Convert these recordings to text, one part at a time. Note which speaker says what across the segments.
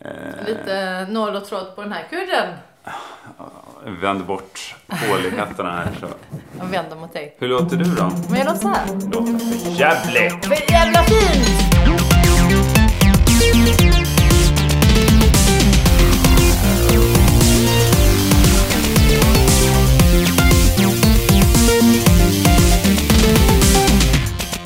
Speaker 1: Eh,
Speaker 2: Lite nål och tråd på den här kudden.
Speaker 1: Vänd bort påligheterna här. Så.
Speaker 2: Jag vänder mot dig.
Speaker 1: Hur låter du då?
Speaker 2: Men jag låter så här.
Speaker 1: Låter för jävligt!
Speaker 2: Men jävla fint!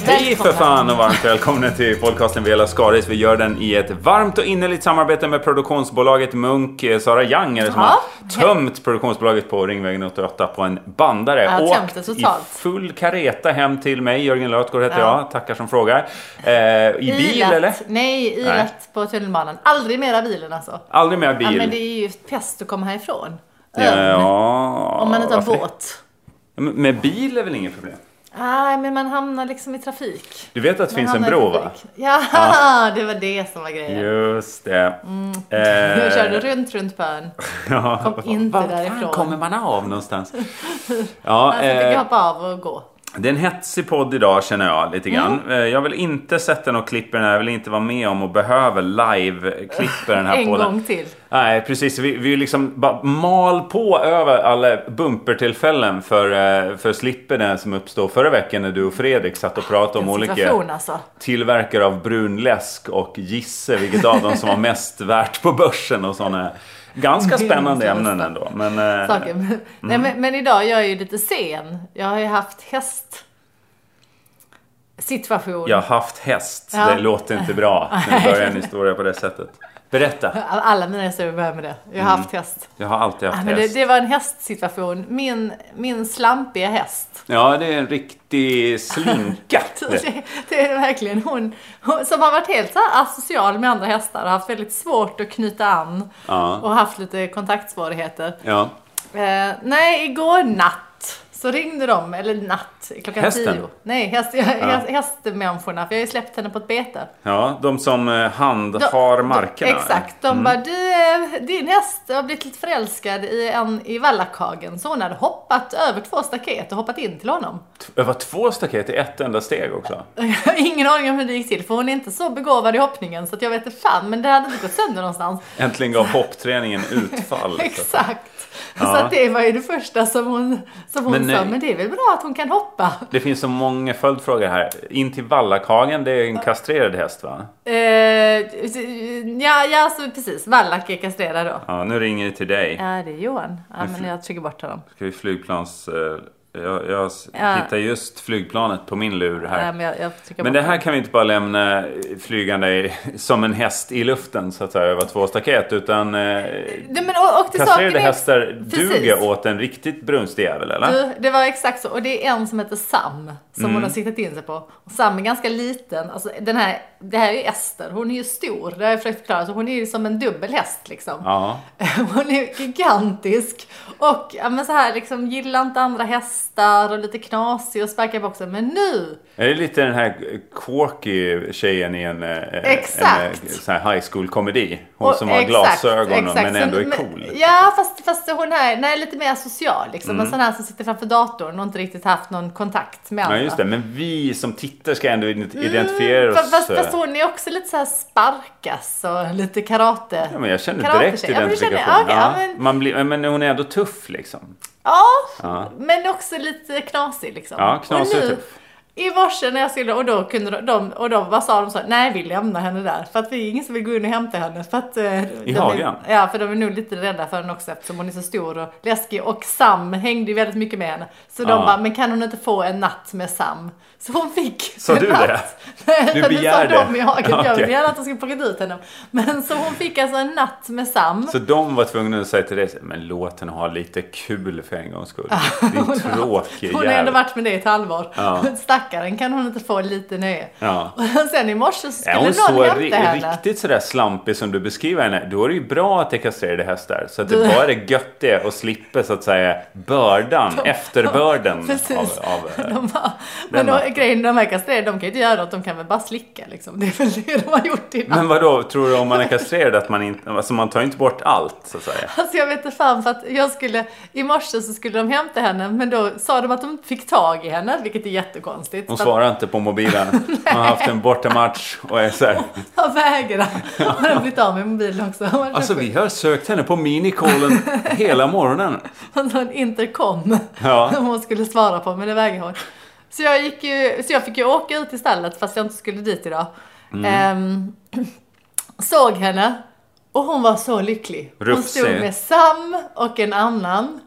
Speaker 1: Hej för fan och varmt välkomna till podcasten Vela Skaris. Vi gör den i ett varmt och innerligt samarbete med produktionsbolaget Munk. Eh, Sara Young är det som
Speaker 2: Ja.
Speaker 1: har tömt produktionsbolaget på Ringvägen 88 på en bandare.
Speaker 2: Ja,
Speaker 1: Åkt
Speaker 2: tömt det totalt.
Speaker 1: i full kareta hem till mig. Jörgen Lötgård heter
Speaker 2: Ja.
Speaker 1: jag. Tackar som frågar. Eh, I bil
Speaker 2: Ilat.
Speaker 1: eller?
Speaker 2: Nej, ilat på tunnelbanan. Aldrig mera bilen alltså.
Speaker 1: Aldrig mer
Speaker 2: Ja,
Speaker 1: bil.
Speaker 2: men det är ju pest att komma härifrån.
Speaker 1: Ja,
Speaker 2: Ön.
Speaker 1: ja,
Speaker 2: Om man inte har
Speaker 1: varför det?
Speaker 2: båt.
Speaker 1: Ja, men Med bil är väl inget problem?
Speaker 2: Nej, men man hamnar liksom i trafik.
Speaker 1: Du vet att det
Speaker 2: Man
Speaker 1: finns en
Speaker 2: hamnar i
Speaker 1: bro va?
Speaker 2: trafik. Ja, det var det som var grejen.
Speaker 1: Just det. Eh,
Speaker 2: Mm. Nu körde runt, runt Alltså, på ön.
Speaker 1: ja.
Speaker 2: Kom inte
Speaker 1: Var fan
Speaker 2: därifrån.
Speaker 1: kommer man av någonstans? ja,
Speaker 2: Alltså, fick
Speaker 1: eh,
Speaker 2: jag hoppa av och gå.
Speaker 1: det är en hetsig podd idag känner jag lite grann.
Speaker 2: Mm.
Speaker 1: Eh, Jag vill inte sätta något klipp i den här. Jag vill inte vara med om och behöver live-klipp i den här
Speaker 2: En
Speaker 1: podden.
Speaker 2: gång till.
Speaker 1: Nej, precis. Vi, vi liksom bara mal på över alla bumpertillfällen för, eh, för slipperna som uppstår förra veckan när du och Fredrik satt och pratade om
Speaker 2: En
Speaker 1: olika
Speaker 2: situation alltså.
Speaker 1: tillverkare av brunläsk och gisse vilket av dem som var mest värt på börsen och sådana ganska
Speaker 2: Mm.
Speaker 1: spännande ämnen ändå. Men, eh,
Speaker 2: Saker. Nej, men, men idag är jag ju lite sen. Jag har ju haft häst situation.
Speaker 1: jag har haft häst.
Speaker 2: Ja.
Speaker 1: Det låter inte bra när du börjar en historia på det sättet. Berätta.
Speaker 2: Alla alla mina historier börjar med det. Jag
Speaker 1: Mm.
Speaker 2: har haft häst.
Speaker 1: Jag har alltid
Speaker 2: Ah,
Speaker 1: haft
Speaker 2: Men det,
Speaker 1: häst.
Speaker 2: det var en hästsituation. Min, min slampiga häst.
Speaker 1: Ja, det är en riktig slinka. det.
Speaker 2: Det, det är verkligen hon, hon som har varit helt så här asocial med andra hästar och haft väldigt svårt att knyta an
Speaker 1: Ja.
Speaker 2: och haft lite kontaktsvårigheter.
Speaker 1: Ja.
Speaker 2: Eh, nej, igår natt så ringde de, eller natt, klockan
Speaker 1: Hästen?
Speaker 2: tio. Nej, häst, häst, hästmänniskorna, för jag har ju släppt henne på ett bete.
Speaker 1: ja, de som eh,
Speaker 2: De-
Speaker 1: handhar
Speaker 2: de-
Speaker 1: markerna. Mm.
Speaker 2: Exakt, de bara du, eh, din häst har blivit lite förälskad i en i vallakagen så hon hade hoppat över två staket och hoppat in till honom.
Speaker 1: T- Det var två staket i ett enda steg också.
Speaker 2: Jag har ingen aning om hur det gick till för hon är inte så begåvad i hoppningen så att jag vet inte fan men det hade inte gått sönder någonstans.
Speaker 1: Äntligen gav hoppträningen utfall.
Speaker 2: Exakt. Så
Speaker 1: Ja.
Speaker 2: att det var ju det första som hon, som hon
Speaker 1: Men,
Speaker 2: sa,
Speaker 1: eh,
Speaker 2: men det är väl bra att hon kan hoppa.
Speaker 1: Det finns så många följdfrågor här. In till vallakagen, det är en kastrerad häst va?
Speaker 2: Eh, ja, ja så precis. Wallach är kastrerad då.
Speaker 1: Ja, nu ringer det till dig.
Speaker 2: Ja, det är Johan. Ja, men jag trycker bort honom.
Speaker 1: Ska vi flygplans... eh, Jag, jag s-
Speaker 2: Ja.
Speaker 1: hittar just flygplanet på min lur
Speaker 2: Ja,
Speaker 1: här.
Speaker 2: men jag, jag trycker
Speaker 1: Men det
Speaker 2: bort
Speaker 1: här kan vi inte bara lämna flygande i- som en häst i luften så att säga över två staket utan eh,
Speaker 2: honom. Nej, men och, och till saken
Speaker 1: kastrerade
Speaker 2: är...
Speaker 1: hästar
Speaker 2: Precis.
Speaker 1: duger åt en riktigt brunstig jävel eller?
Speaker 2: Du, det var exakt så. Och det är en som heter Sam som
Speaker 1: Mm.
Speaker 2: hon har siktat in sig på. Och Sam är ganska liten. Alltså, den här, det här är ju Ester. Hon är ju stor. Det har jag försökt förklara. Så hon är ju som en dubbel häst liksom.
Speaker 1: Ja.
Speaker 2: Hon är gigantisk och ja, men så här liksom gillar inte andra hästar och lite knasig och sparkar i boxen. Men nu
Speaker 1: Är det lite den här quirky tjejen i en, eh,
Speaker 2: Exakt.
Speaker 1: en eh, sån här high school komedi? Hon
Speaker 2: Och-
Speaker 1: som har
Speaker 2: exakt,
Speaker 1: glasögon
Speaker 2: exakt.
Speaker 1: men ändå är
Speaker 2: Så-
Speaker 1: cool. Mm.
Speaker 2: Ja, fast, fast hon är nej, lite mer social liksom. En sån här som sitter framför datorn och inte riktigt haft någon kontakt med
Speaker 1: Ja
Speaker 2: andra.
Speaker 1: just det, men vi som tittar ska ändå ident- identifiera oss.
Speaker 2: Mm, Fast, fast,
Speaker 1: eh,
Speaker 2: fast hon är också lite så här sparkas och lite karate.
Speaker 1: Ja, men jag känner
Speaker 2: Karatesjej.
Speaker 1: direkt
Speaker 2: Ja, men du
Speaker 1: identifikation.
Speaker 2: känner- okej, ja, men-
Speaker 1: Man blir, men hon är ändå tuff liksom.
Speaker 2: Ja,
Speaker 1: Ja.
Speaker 2: men också lite knasig liksom.
Speaker 1: Ja, knasig
Speaker 2: och nu,
Speaker 1: typ.
Speaker 2: i morse när jag skulle, och då kunde de- de, och då bara sa de så här, nej vi lämnar henne där. För att vi är ingen som vill gå in och hämta henne. För att, eh, de är-
Speaker 1: hagen?
Speaker 2: Ja, för de är nog lite rädda för henne också eftersom hon är så stor och läskig. Och Sam hängde ju väldigt mycket med henne. Så de
Speaker 1: Ja.
Speaker 2: bara, men kan hon inte få en natt med Sam? Så hon fick
Speaker 1: Sa
Speaker 2: en
Speaker 1: du det?
Speaker 2: natt.
Speaker 1: Du
Speaker 2: Nej,
Speaker 1: begär
Speaker 2: det? sa de
Speaker 1: det?
Speaker 2: i hagen.
Speaker 1: Ja,
Speaker 2: Jag
Speaker 1: okej.
Speaker 2: ville gärna att de skulle plocka ut henne. Men så hon fick alltså en natt med Sam.
Speaker 1: Så de var tvungna att säga till dig, men låt henne ha lite kul för en gångs skull. Din tråkig
Speaker 2: Hon har ändå
Speaker 1: jävel.
Speaker 2: varit med det i ett halvår.
Speaker 1: Ja.
Speaker 2: Stackaren, kan hon inte få lite nöje?
Speaker 1: Ja.
Speaker 2: Och sen i morse så skulle
Speaker 1: Är hon så
Speaker 2: någon
Speaker 1: ri-
Speaker 2: hämta henne.
Speaker 1: riktigt sådär slampig som du beskriver henne, då är det ju bra att det är kastrerade hästar. Så att det bara är gött det och slippa så att säga bördan, efterbörden av,
Speaker 2: Precis.
Speaker 1: av eh,
Speaker 2: De bara, men då,
Speaker 1: natten.
Speaker 2: grejen med de här kastrerade, de kan ju inte göra något, de kan väl bara slicka liksom. Det är väl det de har gjort innan.
Speaker 1: Men vadå, tror du om man är kastrerad att man inte, alltså man tar ju inte bort allt så att säga?
Speaker 2: Alltså jag vet inte fan för att jag skulle, i morse så skulle de hämta henne men då sa de att de inte fick tag i henne vilket är jättekonstigt. konstigt.
Speaker 1: Hon
Speaker 2: för att-
Speaker 1: svarar inte på mobilen. Hon har haft en bortamatch och är så här.
Speaker 2: Jag vägrar. Har den blivit av med mobilen också? Hon
Speaker 1: Alltså vi har sökt henne på minicallen hela morgonen.
Speaker 2: alltså, en intercom.
Speaker 1: Ja.
Speaker 2: Som hon skulle svara på, men det vägrade hon. Så jag, gick ju, så jag fick ju åka ut i stallet fast jag inte skulle dit idag.
Speaker 1: Mm.
Speaker 2: Ehm, såg henne och hon var så lycklig. Hon
Speaker 1: Rufsig. Mm.
Speaker 2: stod med Sam och en annan.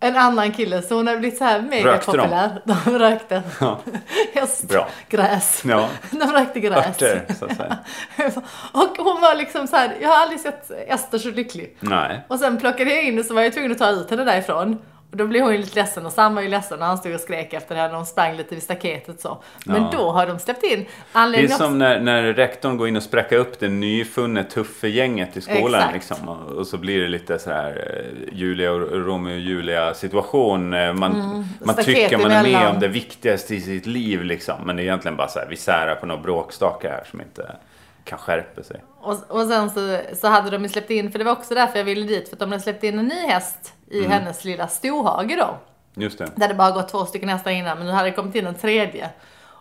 Speaker 2: En annan kille, så hon har blivit så här mega
Speaker 1: Rökte de?
Speaker 2: populär. De? rökte.
Speaker 1: Ja.
Speaker 2: Häst,
Speaker 1: Bra.
Speaker 2: gräs.
Speaker 1: Ja.
Speaker 2: De rökte gräs.
Speaker 1: Örter, så att säga.
Speaker 2: Och hon var liksom så här, jag har aldrig sett Ester så lycklig.
Speaker 1: Nej.
Speaker 2: Och sen plockade jag in och så var jag tvungen att ta ut henne därifrån. Och då blev hon ju lite ledsen och Sam var ju ledsen när han stod och skrek efter henne och hon sprang lite vid staketet så. Men
Speaker 1: Ja.
Speaker 2: då har de släppt in
Speaker 1: Det är
Speaker 2: anledningen också-
Speaker 1: som när, när rektorn går in och spräcker upp det nyfunne tuffe gänget i skolan.
Speaker 2: Exakt.
Speaker 1: Liksom, och, och så blir det lite så här eh, Julia och Romeo och Julia situation. Eh, Man, man
Speaker 2: Mm. staket
Speaker 1: tycker man är med
Speaker 2: emellan.
Speaker 1: om det viktigaste i sitt liv liksom. Men det är egentligen bara så här, vi särar på några bråkstakar här som inte kan skärpa sig.
Speaker 2: Och, och sen så, så hade de ju släppt in, för det var också därför jag ville dit, för att de hade släppt in en ny häst i
Speaker 1: Mm.
Speaker 2: hennes lilla storhage då.
Speaker 1: Just det.
Speaker 2: Där det bara gått två stycken hästar innan, men nu hade det kommit in en tredje.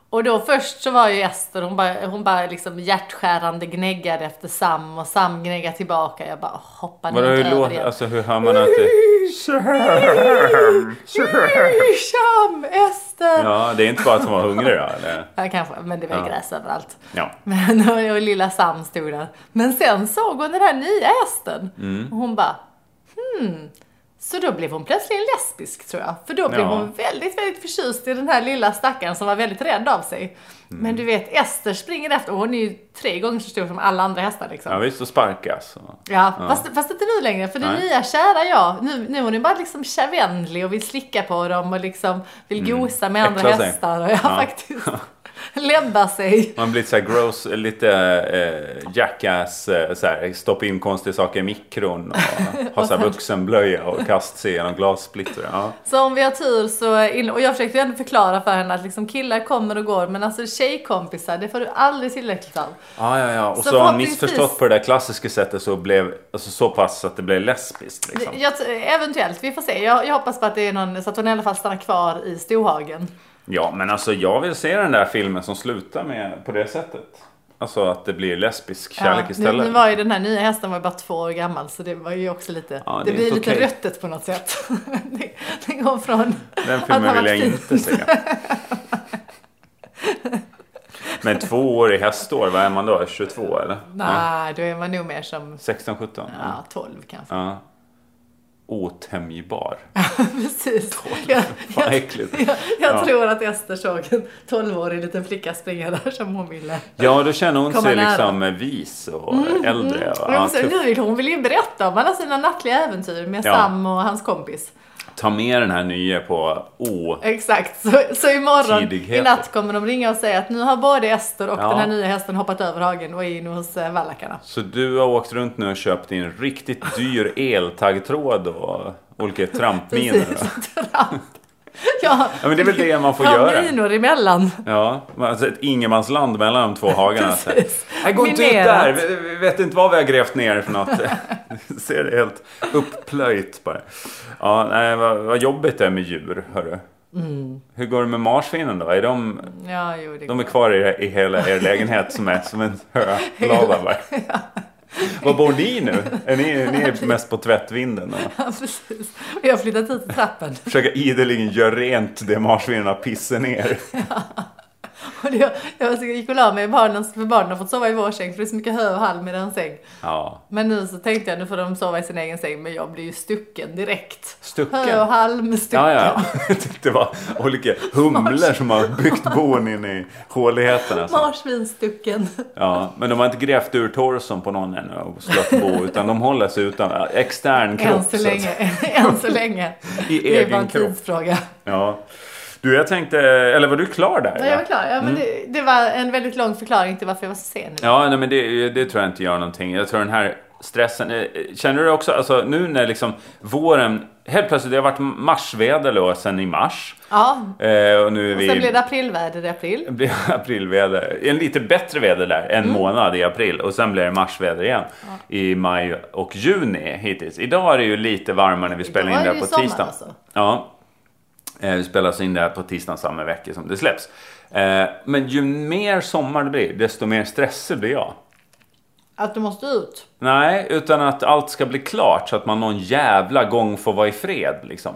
Speaker 2: Och då först så var ju Ester, hon bara, hon bara liksom hjärtskärande gnäggade efter Sam och Sam gneggade tillbaka. Jag bara "Åh, hoppa ner
Speaker 1: Vadå, hur,
Speaker 2: över
Speaker 1: låter,
Speaker 2: igen.
Speaker 1: alltså, hur hör man att det...
Speaker 2: Ih, Sam, Ester! Ja.
Speaker 1: Ja, det är inte bara att hon var hungrig då, eller?
Speaker 2: kanske, men det var
Speaker 1: Ja.
Speaker 2: ju gräs överallt.
Speaker 1: Ja.
Speaker 2: Men och, och lilla Sam stod där. Men sen såg hon den här nya hästen.
Speaker 1: Mm.
Speaker 2: Och hon bara, hmm. Så då blev hon plötsligen lesbisk tror jag. För då blev
Speaker 1: Ja.
Speaker 2: hon väldigt, väldigt förtjust i den här lilla stackaren som var väldigt rädd av sig.
Speaker 1: Mm.
Speaker 2: Men du vet, Ester springer efter och hon är ju tre gånger så stor som alla andra hästar liksom.
Speaker 1: Ja, visst, och sparkas. och-
Speaker 2: Ja, Fast, fast inte nu längre. För det
Speaker 1: Nej.
Speaker 2: nya kära jag, nu, nu är hon ju bara liksom kärvänlig och vill slicka på dem och liksom vill gosa med andra
Speaker 1: Mm. Äckla sig.
Speaker 2: hästar. Och jag
Speaker 1: Ja.
Speaker 2: faktiskt läbbar sig.
Speaker 1: Man blir så här gross, lite eh, jackass, eh, så här, stoppa in konstiga saker i mikron och ha så här vuxenblöja och kasta sig genom glassplitter. Ja.
Speaker 2: Så om vi har tur så, in, och jag försökte ju ändå förklara för henne att liksom killar kommer och går men alltså tjejkompisar det får du aldrig tillräckligt av.
Speaker 1: Ja, ja, ja. Och så,
Speaker 2: Så
Speaker 1: har han
Speaker 2: förhoppningsvis-
Speaker 1: missförstått på det där klassiska sättet så blev, alltså så pass att det blev lesbiskt liksom.
Speaker 2: Jag, eventuellt, vi får se. Jag, jag hoppas på att det är någon, så att hon i alla fall stannar kvar i Storhagen.
Speaker 1: Ja, men alltså jag vill se den där filmen som slutar med på det sättet. Alltså att det blir lesbisk kärlek
Speaker 2: Ja,
Speaker 1: istället.
Speaker 2: Nu, nu var ju den här nya hästen var ju bara två år gammal så det var ju också lite,
Speaker 1: Ja, det
Speaker 2: det,
Speaker 1: är
Speaker 2: blir
Speaker 1: inte
Speaker 2: lite
Speaker 1: okej.
Speaker 2: röttet på något sätt. det, det går från
Speaker 1: Den
Speaker 2: att ha
Speaker 1: filmen vill
Speaker 2: varit
Speaker 1: jag
Speaker 2: fin.
Speaker 1: inte se. Men två år i hästår, vad är man då? 22 eller? Ja.
Speaker 2: Nej, då är man nog mer som
Speaker 1: 16, 17?
Speaker 2: ja, 12 kanske.
Speaker 1: Ja. Otämjbar.
Speaker 2: Precis. Jag,
Speaker 1: Fan
Speaker 2: jag,
Speaker 1: äckligt.
Speaker 2: jag, jag
Speaker 1: Ja.
Speaker 2: tror att Ester såg en 12-årig liten flicka springa där som hon ville.
Speaker 1: Ja, då känner hon
Speaker 2: Komma
Speaker 1: sig
Speaker 2: nära. Mm,
Speaker 1: liksom eh, vis och äldre. va?
Speaker 2: Och jag
Speaker 1: Ja,
Speaker 2: måste,
Speaker 1: tuff.
Speaker 2: nu vill hon vill ju berätta om alla sina nattliga äventyr med
Speaker 1: Ja.
Speaker 2: Sam och hans kompis.
Speaker 1: Ta med den här nya på O.
Speaker 2: Exakt, så, så imorgon
Speaker 1: Tidigheter.
Speaker 2: i natt kommer de ringa och säga att nu har både Ester och
Speaker 1: Ja.
Speaker 2: den här nya hästen hoppat över hagen och är inne hos eh, vallakarna.
Speaker 1: Så du har åkt runt nu och köpt in riktigt dyr eltaggtråd och olika trampminor. va?
Speaker 2: Precis, tramp. Ja,
Speaker 1: Ja, men det är väl det man får
Speaker 2: ja,
Speaker 1: göra.
Speaker 2: minor emellan.
Speaker 1: Ja, alltså ett ingenmansland mellan de två hagarna. Så här.
Speaker 2: Precis.
Speaker 1: Nej, gå inte ut
Speaker 2: Minerat.
Speaker 1: där. Vi, vi vet inte vad vi har grävt ner för något. Ser det helt uppplöjt bara. Ja, nej, vad, vad jobbigt det är med djur, hörru. Hur går det med marsvinen då? Är de,
Speaker 2: Ja, jo, det
Speaker 1: de är kvar i, i hela er lägenhet som är som en hö lava bara. Var bor ni nu? Är ni, ni är mest på tvättvinden och
Speaker 2: Ja, precis. Vi har flyttat hit i trappen.
Speaker 1: försöker ideligen göra rent det marsvinen pissar ner.
Speaker 2: Och det, jag, jag gick och la mig i barnens, för barnen har fått sova i vår säng för det är så mycket hö och halm i den säng.
Speaker 1: Ja,
Speaker 2: Men nu så tänkte jag nu får de sova i sin egen säng men jag blir ju stucken direkt.
Speaker 1: stucken.
Speaker 2: Hö och halm, stucken.
Speaker 1: Ja, ja, ja. Jag tyckte det var olika humlor som har byggt bon in i håligheten. Alltså.
Speaker 2: Marsvinstucken.
Speaker 1: Ja, men de har inte grävt ur torson på någon ännu och slått bo, utan de håller sig utan extern kropp.
Speaker 2: Än så
Speaker 1: så att-
Speaker 2: länge. Än så länge.
Speaker 1: I
Speaker 2: Det är bara
Speaker 1: egen
Speaker 2: en
Speaker 1: kropp.
Speaker 2: tidsfråga.
Speaker 1: Ja. Du, jag tänkte, eller var du klar där?
Speaker 2: Ja, jag var klar. Ja, men det, det var en väldigt lång förklaring till varför jag var så sen.
Speaker 1: Mm. Ja, nej, men det, det tror jag inte gör någonting. Jag tror den här stressen. eh, Känner du det också, alltså nu när liksom våren, helt plötsligt, det har varit marsväder då sen i mars.
Speaker 2: Ja.
Speaker 1: Eh, och nu är
Speaker 2: Och
Speaker 1: vi
Speaker 2: sen blev det aprilväder i april.
Speaker 1: Det blir aprilväder. En lite bättre väder där, en
Speaker 2: Mm.
Speaker 1: månad i april. Och sen blir det marsväder igen i maj och juni hittills. Idag är det ju lite varmare när vi spelar
Speaker 2: Idag
Speaker 1: in
Speaker 2: är
Speaker 1: det här
Speaker 2: det
Speaker 1: på
Speaker 2: ju sommar,
Speaker 1: tisdag.
Speaker 2: alltså.
Speaker 1: Ja. Eh, Vi spelar in det här på tisdag samma vecka som det släpps. Eh, men ju mer sommar det blir, desto mer stressig blir jag.
Speaker 2: Att du måste ut?
Speaker 1: Nej, utan att allt ska bli klart så att man någon jävla gång får vara i fred liksom.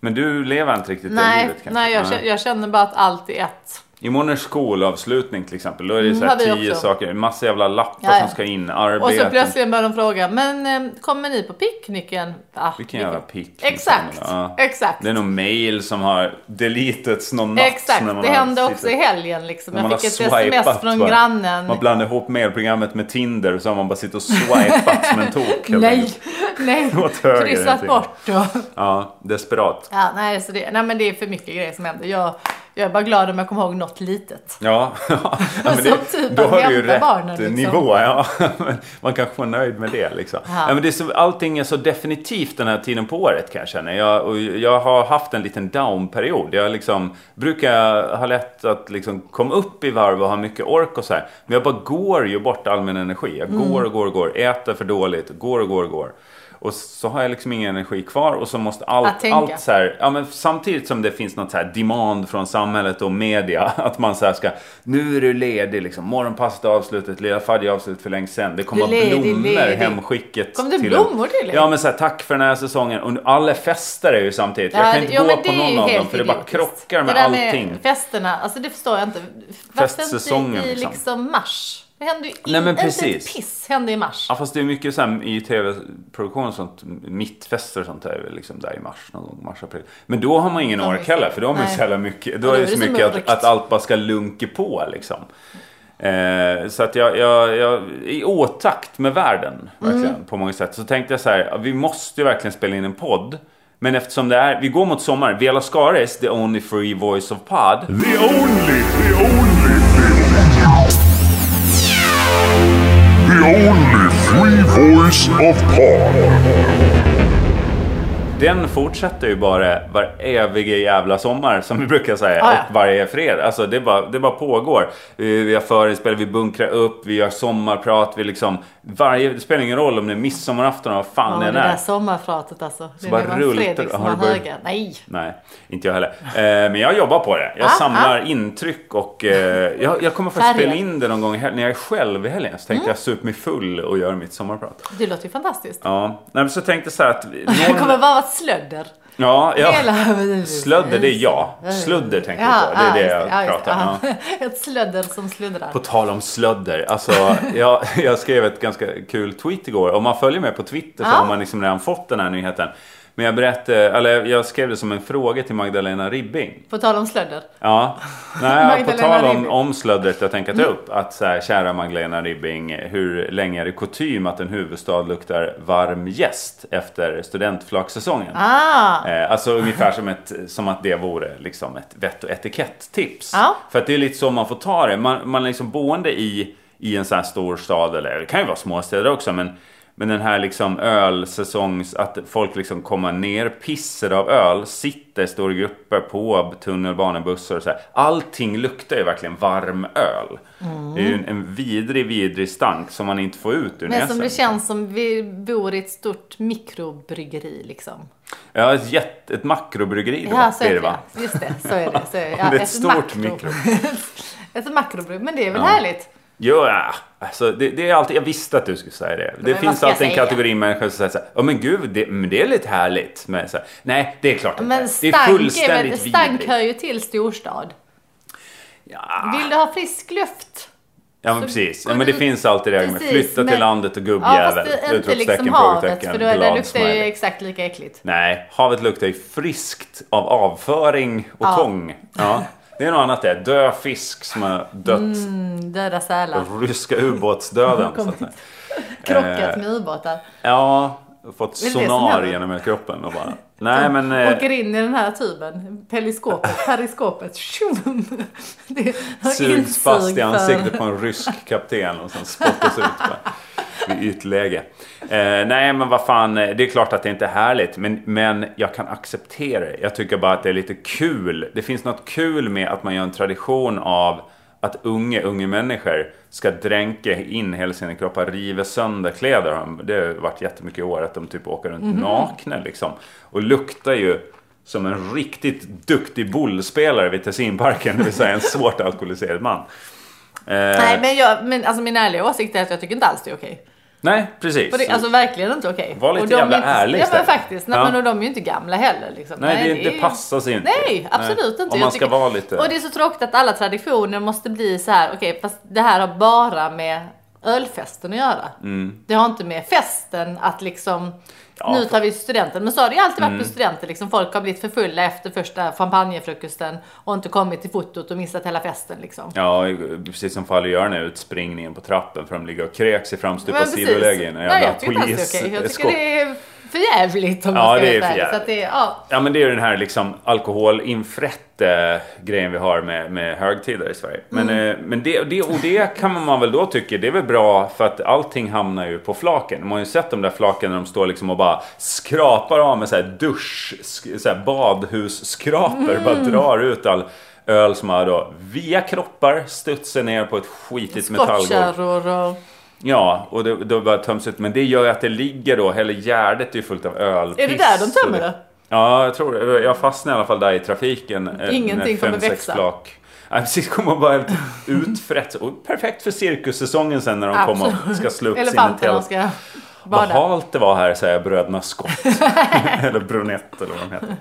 Speaker 1: Men du lever inte riktigt det
Speaker 2: Mm. Nej,
Speaker 1: livet kanske?
Speaker 2: nej jag, känner, jag känner bara att allt är ett.
Speaker 1: Imorgon är skolavslutning till exempel. Då är det
Speaker 2: Mm,
Speaker 1: så här
Speaker 2: har vi
Speaker 1: tio
Speaker 2: också.
Speaker 1: saker. Massa jävla lappar
Speaker 2: Ja, ja.
Speaker 1: som ska in.
Speaker 2: Och så
Speaker 1: Arbeten.
Speaker 2: plötsligt börjar de fråga, men eh, kommer ni på picknicken? Ah,
Speaker 1: Vilken jävla pick.
Speaker 2: Exakt,
Speaker 1: Liksom. Ja.
Speaker 2: exakt.
Speaker 1: Det är någon mail som har deletats någon natt.
Speaker 2: Exakt,
Speaker 1: när man
Speaker 2: det
Speaker 1: har
Speaker 2: hände
Speaker 1: suttit-
Speaker 2: också i helgen liksom.
Speaker 1: när man har
Speaker 2: Jag fick ett
Speaker 1: swipat
Speaker 2: sms från
Speaker 1: bara.
Speaker 2: grannen.
Speaker 1: Man blandar ihop mailprogrammet med Tinder och så har man bara suttit och swipat som en tok. helt
Speaker 2: Nej,
Speaker 1: enkelt.
Speaker 2: nej,
Speaker 1: Åt höger,
Speaker 2: kryssat
Speaker 1: någonting.
Speaker 2: bort då.
Speaker 1: Ja, desperat.
Speaker 2: Ja, nej, så det, nej, men det är för mycket grejer som händer. Jag, jag är bara glad om jag kommer ihåg något litet.
Speaker 1: Ja, ja men det,
Speaker 2: Som typ
Speaker 1: då
Speaker 2: att
Speaker 1: har du ju
Speaker 2: hämta
Speaker 1: rätt
Speaker 2: barnen, liksom.
Speaker 1: nivå. Ja. Men Man kanske är nöjd med det. Liksom.
Speaker 2: Ja.
Speaker 1: Ja, men det är så, allting är så definitivt den här tiden på året kan jag känna. Jag, och jag har haft en liten down-period. Jag liksom, brukar ha lätt att liksom komma upp i varv och ha mycket ork och så här. Men jag bara går ju bort allmän energi. Jag
Speaker 2: Mm.
Speaker 1: går och går och går, äter för dåligt, går och går och går. Och så har jag liksom ingen energi kvar och så måste
Speaker 2: Att
Speaker 1: allt,
Speaker 2: tänka.
Speaker 1: allt så här, ja, men samtidigt som det finns något så här demand från samhället och media. Att man så här ska, nu är du ledig liksom. Morgonpasset är avslutat, lilla fadja är avslutat för länge sedan. Det kommer
Speaker 2: Du är ledig,
Speaker 1: blommor
Speaker 2: ledig.
Speaker 1: hemskicket.
Speaker 2: Kom det
Speaker 1: till
Speaker 2: blommor
Speaker 1: en.
Speaker 2: till er?
Speaker 1: Ja men så här, tack för den här säsongen. Och nu- alla fester är ju samtidigt.
Speaker 2: Ja,
Speaker 1: jag kan
Speaker 2: det-
Speaker 1: inte
Speaker 2: ja,
Speaker 1: gå
Speaker 2: men
Speaker 1: på
Speaker 2: det är ju
Speaker 1: någon av dem
Speaker 2: helt
Speaker 1: för det bara
Speaker 2: idiotiskt.
Speaker 1: krockar med
Speaker 2: det där med
Speaker 1: allting.
Speaker 2: festerna, alltså det förstår jag inte.
Speaker 1: Festsäsongen,
Speaker 2: Varför inte i
Speaker 1: liksom.
Speaker 2: liksom mars? Det hände ju
Speaker 1: Nej, men
Speaker 2: inte ett
Speaker 1: precis.
Speaker 2: piss hände i mars.
Speaker 1: Ja fast det är mycket så här, i tv-produktion och sånt, mittfester och sånt där, väl liksom där i mars någon gång, mars, april. Men då har man ingen
Speaker 2: Ja,
Speaker 1: ork
Speaker 2: visst.
Speaker 1: heller för då har man ju
Speaker 2: Nej.
Speaker 1: så jävla mycket, då
Speaker 2: Ja,
Speaker 1: är
Speaker 2: då
Speaker 1: det så mycket att,
Speaker 2: mörkt.
Speaker 1: att allt bara ska lunka på liksom. Eh, så att jag, jag, jag i åtakt med världen verkligen, på många sätt. Så tänkte jag så här, vi måste ju verkligen spela in en podd. Men eftersom det är, vi går mot sommar. Vela Skara is the only free voice of pod.
Speaker 3: The only, the only, the, the only free voice of Pod.
Speaker 1: Den fortsätter ju bara var eviga jävla sommar som vi brukar säga.
Speaker 2: Ah, ja.
Speaker 1: Och varje fredag. Alltså det bara, det bara pågår. Eh, Vi har förinspelning, vi bunkrar upp, vi gör sommarprat. Vi liksom, varje, det spelar ingen roll om det är midsommarafton eller vad
Speaker 2: Ja,
Speaker 1: fan det
Speaker 2: det
Speaker 1: än
Speaker 2: där
Speaker 1: är.
Speaker 2: sommarpratet alltså. Det
Speaker 1: bara
Speaker 2: var en
Speaker 1: rullar-
Speaker 2: Fredrik som
Speaker 1: har
Speaker 2: har
Speaker 1: du börjat-
Speaker 2: höga. Nej,
Speaker 1: Nej, inte jag heller. Eh, men jag jobbar på det. Jag
Speaker 2: Ah,
Speaker 1: samlar intryck och eh, jag, jag kommer faktiskt
Speaker 2: Färger. Mm.
Speaker 1: spela in det någon gång i hel- när jag är själv i helgen. Så tänkte jag sup mig full och göra mitt sommarprat.
Speaker 2: det låter ju fantastiskt.
Speaker 1: Ja, Nej, men så tänkte jag så här att... vi-
Speaker 2: Det
Speaker 1: Någon,
Speaker 2: kommer bara vara ett slödder.
Speaker 1: ja, ja.
Speaker 2: Hela...
Speaker 1: Slödder, det är jag. Sludder tänker jag på. Det är
Speaker 2: ah,
Speaker 1: det
Speaker 2: just
Speaker 1: jag
Speaker 2: just
Speaker 1: pratar om. Ja.
Speaker 2: ah. Ett slödder som sluddrar.
Speaker 1: På tal om slödder. Alltså, jag, jag skrev ett ganska kul tweet igår. Om man följer mig på Twitter så
Speaker 2: Ja.
Speaker 1: har man liksom redan fått den här nyheten. Men jag, berättade, eller jag skrev det som en fråga till Magdalena Ribbing.
Speaker 2: På tal om slödder.
Speaker 1: Ja, Nej, på
Speaker 2: Magdalena
Speaker 1: tal om,
Speaker 2: Ribbing.
Speaker 1: om slöddret jag tänker ta upp. Att så här, kära Magdalena Ribbing, hur länge är det kutym att en huvudstad luktar varm gäst efter studentflaksäsongen?
Speaker 2: Ah,
Speaker 1: Eh, alltså ungefär som, ett, som att det vore liksom ett vett och etikett-tips.
Speaker 2: Ja.
Speaker 1: För att det är lite så man får ta det. Man, man är liksom boende i, i en sån här stor stad, eller det kan ju vara småstäder också, men, men den här liksom ölsäsongs... Att folk liksom kommer ner, pisser av öl, sitter i stora grupper på tunnelbanebussar och så här. Allting luktar ju verkligen varm öl.
Speaker 2: Mm.
Speaker 1: Det är ju en, en vidrig, vidrig stank som man inte får ut ur
Speaker 2: men
Speaker 1: näsan.
Speaker 2: som det känns som vi bor i ett stort mikrobryggeri liksom.
Speaker 1: Ja, ett, jätte, ett makrobryggeri det
Speaker 2: Ja,
Speaker 1: var-
Speaker 2: så
Speaker 1: blir
Speaker 2: är
Speaker 1: det va?
Speaker 2: det. Just det, så är det. Så är det.
Speaker 1: det är ett stort mikro.
Speaker 2: ett makrobryggeri, men det är väl härligt?
Speaker 1: Jo, Ja, alltså, det, det är alltid, jag visste att du skulle säga det. Det
Speaker 2: vad
Speaker 1: finns
Speaker 2: ska jag
Speaker 1: alltid en
Speaker 2: säga?
Speaker 1: kategori människor som säger så här, ja men gud, det, men det är lite härligt. Men så här, nej, det är klart att
Speaker 2: Men
Speaker 1: det
Speaker 2: stank,
Speaker 1: är
Speaker 2: är väl,
Speaker 1: fullständigt
Speaker 2: stank
Speaker 1: vidrigt.
Speaker 2: hör ju till storstad.
Speaker 1: Ja,
Speaker 2: Vill du ha frisk luft?
Speaker 1: ja, men precis. Ja,
Speaker 2: går
Speaker 1: men det
Speaker 2: du-
Speaker 1: finns alltid det här med
Speaker 2: precis,
Speaker 1: flytta till
Speaker 2: men-
Speaker 1: landet och
Speaker 2: Ja, fast
Speaker 1: gubbjävel.
Speaker 2: det är inte liksom
Speaker 1: Utropstecken,
Speaker 2: havet,
Speaker 1: frågetecken,
Speaker 2: för då är det
Speaker 1: glad
Speaker 2: luktar ju
Speaker 1: smiley.
Speaker 2: exakt lika äckligt.
Speaker 1: Nej, havet luktar ju friskt av avföring och
Speaker 2: Ja.
Speaker 1: tång. Ja, det är något annat det. Dö fisk som har dött.
Speaker 2: Mm, döda sälar.
Speaker 1: Ryska ubåtsdöden. så att säga. Eh.
Speaker 2: Krockat med ubåtar.
Speaker 1: Ja, fått
Speaker 2: det det som
Speaker 1: sonar
Speaker 2: händer?
Speaker 1: genom hela kroppen och bara... Nej men... eh,
Speaker 2: Åker in i den här tuben, periskopet, periskopet. tjum! Det är
Speaker 1: Sugs fast i
Speaker 2: insug
Speaker 1: ansiktet på en rysk kapten och sen spottas ut bara, vid ytläge. Eh, nej men vad fan, eh, det är klart att det inte är härligt. Men, men jag kan acceptera det. Jag tycker bara att det är lite kul. Det finns något kul med att man gör en tradition av att unga, unga människor ska dränka in hela sina kroppar, riva sönder kläder.
Speaker 2: Mhm.
Speaker 1: har de- Det har varit jättemycket i år att de typ åker runt nakna liksom. Och luktar ju som en riktigt duktig bollspelare vid Tessinparken, det vill säga en svårt alkoholiserad man. Eh,
Speaker 2: Nej, men, jag, men alltså min ärliga åsikt är att jag tycker inte alls det är okej.
Speaker 1: nej, precis.
Speaker 2: På det- Alltså verkligen inte okej.
Speaker 1: Var lite
Speaker 2: Och de
Speaker 1: jävla
Speaker 2: är inte,
Speaker 1: ärlig
Speaker 2: Ja men
Speaker 1: istället.
Speaker 2: faktiskt. Nej,
Speaker 1: Ja.
Speaker 2: men och de är ju inte gamla heller. Liksom.
Speaker 1: Nej, det, det,
Speaker 2: är ju-
Speaker 1: passar sig inte.
Speaker 2: Nej, absolut inte.
Speaker 1: Om man
Speaker 2: Jag
Speaker 1: ska
Speaker 2: tycker-
Speaker 1: vara lite...
Speaker 2: Och det är så tråkigt att alla traditioner måste bli så här. okej fast det här har bara med ölfesten att göra. Det har inte med festen att liksom
Speaker 1: Mm. Ja,
Speaker 2: nu
Speaker 1: för-
Speaker 2: tar
Speaker 1: Mm.
Speaker 2: vi studenten. Men så har det ju alltid varit med studenter. Liksom. Folk har blivit för fulla efter första champagnefrukosten och inte kommit till fotot och missat hela festen. Liksom.
Speaker 1: Ja, precis som Falle gör nu, utspringningen på trappen för de ligger och kräks i framstupa
Speaker 2: Men
Speaker 1: sidoläge. i någon
Speaker 2: Nej,
Speaker 1: jävla
Speaker 2: jag tycker inte alls det är okej. Jag tycker
Speaker 1: poliseskort.
Speaker 2: det är för jävligt om
Speaker 1: Ja,
Speaker 2: man ska
Speaker 1: det är
Speaker 2: vara
Speaker 1: för
Speaker 2: ärlig. Så
Speaker 1: jävligt.
Speaker 2: att det är, ja.
Speaker 1: Ja men det är ju den här liksom alkoholinfrätt-grejen vi har med, med högtider i Sverige. Men,
Speaker 2: Mm.
Speaker 1: eh, men det, det, och det kan man väl då tycka, det är väl bra för att allting hamnar ju på flaken. Man har ju sett de där flaken när de står liksom och bara skrapar av med så här dusch, sk- så här badhusskrapor. Bara
Speaker 2: Mm.
Speaker 1: drar ut all öl som har då via kroppar studsar ner på ett skitigt metallgolv.
Speaker 2: Skottkärror och...
Speaker 1: Ja, och det, då bara töms ut. Men det gör ju att det ligger då, hela gärdet är ju fullt av öl.
Speaker 2: Är det där de tömmer det?
Speaker 1: Ja, jag tror det. Jag fastnade i alla fall där i trafiken. eh,
Speaker 2: Ingenting
Speaker 1: med fem,
Speaker 2: kommer
Speaker 1: sex
Speaker 2: växa.
Speaker 1: Flak. Nej, precis. kommer bara helt utfrätt. Och perfekt för cirkussäsongen sen när de kommer och
Speaker 2: Absolut.
Speaker 1: ska slå upp sina
Speaker 2: Elefanterna
Speaker 1: tält.
Speaker 2: ska
Speaker 1: Vad
Speaker 2: bada.
Speaker 1: halt det var här, säger jag, bröderna Scott. eller Brunett eller vad de heter.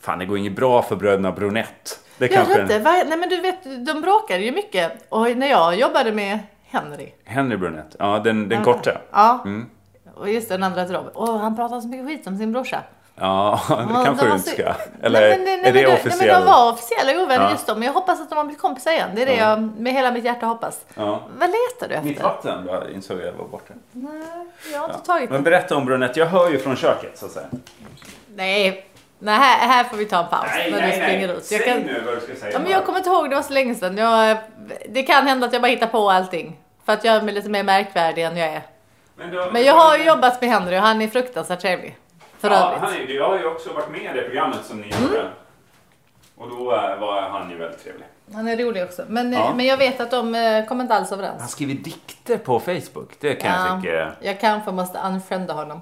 Speaker 1: Fan, det går inget bra för bröderna Brunett. Det
Speaker 2: Jag
Speaker 1: kanske
Speaker 2: vet inte. Vad- Nej men du vet, de bråkade ju mycket. Och när jag jobbade med Henry.
Speaker 1: Henry Brunett. Ja, Mm. den, den korta.
Speaker 2: Ja. Och just det, den andra till Robert. Och han pratade så mycket skit om sin brorsa.
Speaker 1: Ja, det
Speaker 2: Ja,
Speaker 1: kanske
Speaker 2: de
Speaker 1: du
Speaker 2: var
Speaker 1: inte
Speaker 2: så-
Speaker 1: ska. Eller
Speaker 2: nej, men, nej,
Speaker 1: är det
Speaker 2: men,
Speaker 1: officiellt?
Speaker 2: Nej, men de var officiella ovänner
Speaker 1: Ja.
Speaker 2: just då. Men jag hoppas att de har blivit kompisar igen. Det är det jag med hela mitt hjärta hoppas.
Speaker 1: Ja.
Speaker 2: Vad letar du
Speaker 1: Mitt
Speaker 2: efter?
Speaker 1: vatten bara insåg jag var borta.
Speaker 2: Nej, jag har inte tagit
Speaker 1: Men
Speaker 2: det.
Speaker 1: berätta om Brunett. Jag hör ju från köket så att säga.
Speaker 2: Nej. Nej, här, här får vi ta en paus när du springer ut. Jag, kan,
Speaker 1: nu vad du ska säga.
Speaker 2: ja, men jag kommer inte ihåg, det var så länge sedan. Jag, det kan hända att jag bara hittar på allting. För att jag är lite mer märkvärdig än jag är. Men jag har ju jobbat med Henry och han är fruktansvärt trevlig. För
Speaker 1: ja,
Speaker 2: övrigt. Mm.
Speaker 1: han är, Jag har ju också varit med i det programmet som ni gjorde. Och då eh, var han ju väldigt trevlig.
Speaker 2: Han är rolig också. Men, eh,
Speaker 1: Ja.
Speaker 2: men jag vet att de eh, kommer inte alls överens.
Speaker 1: Han skriver dikter på Facebook. Det kan jag tycka. Mm.
Speaker 2: jag kanske måste unfrienda honom.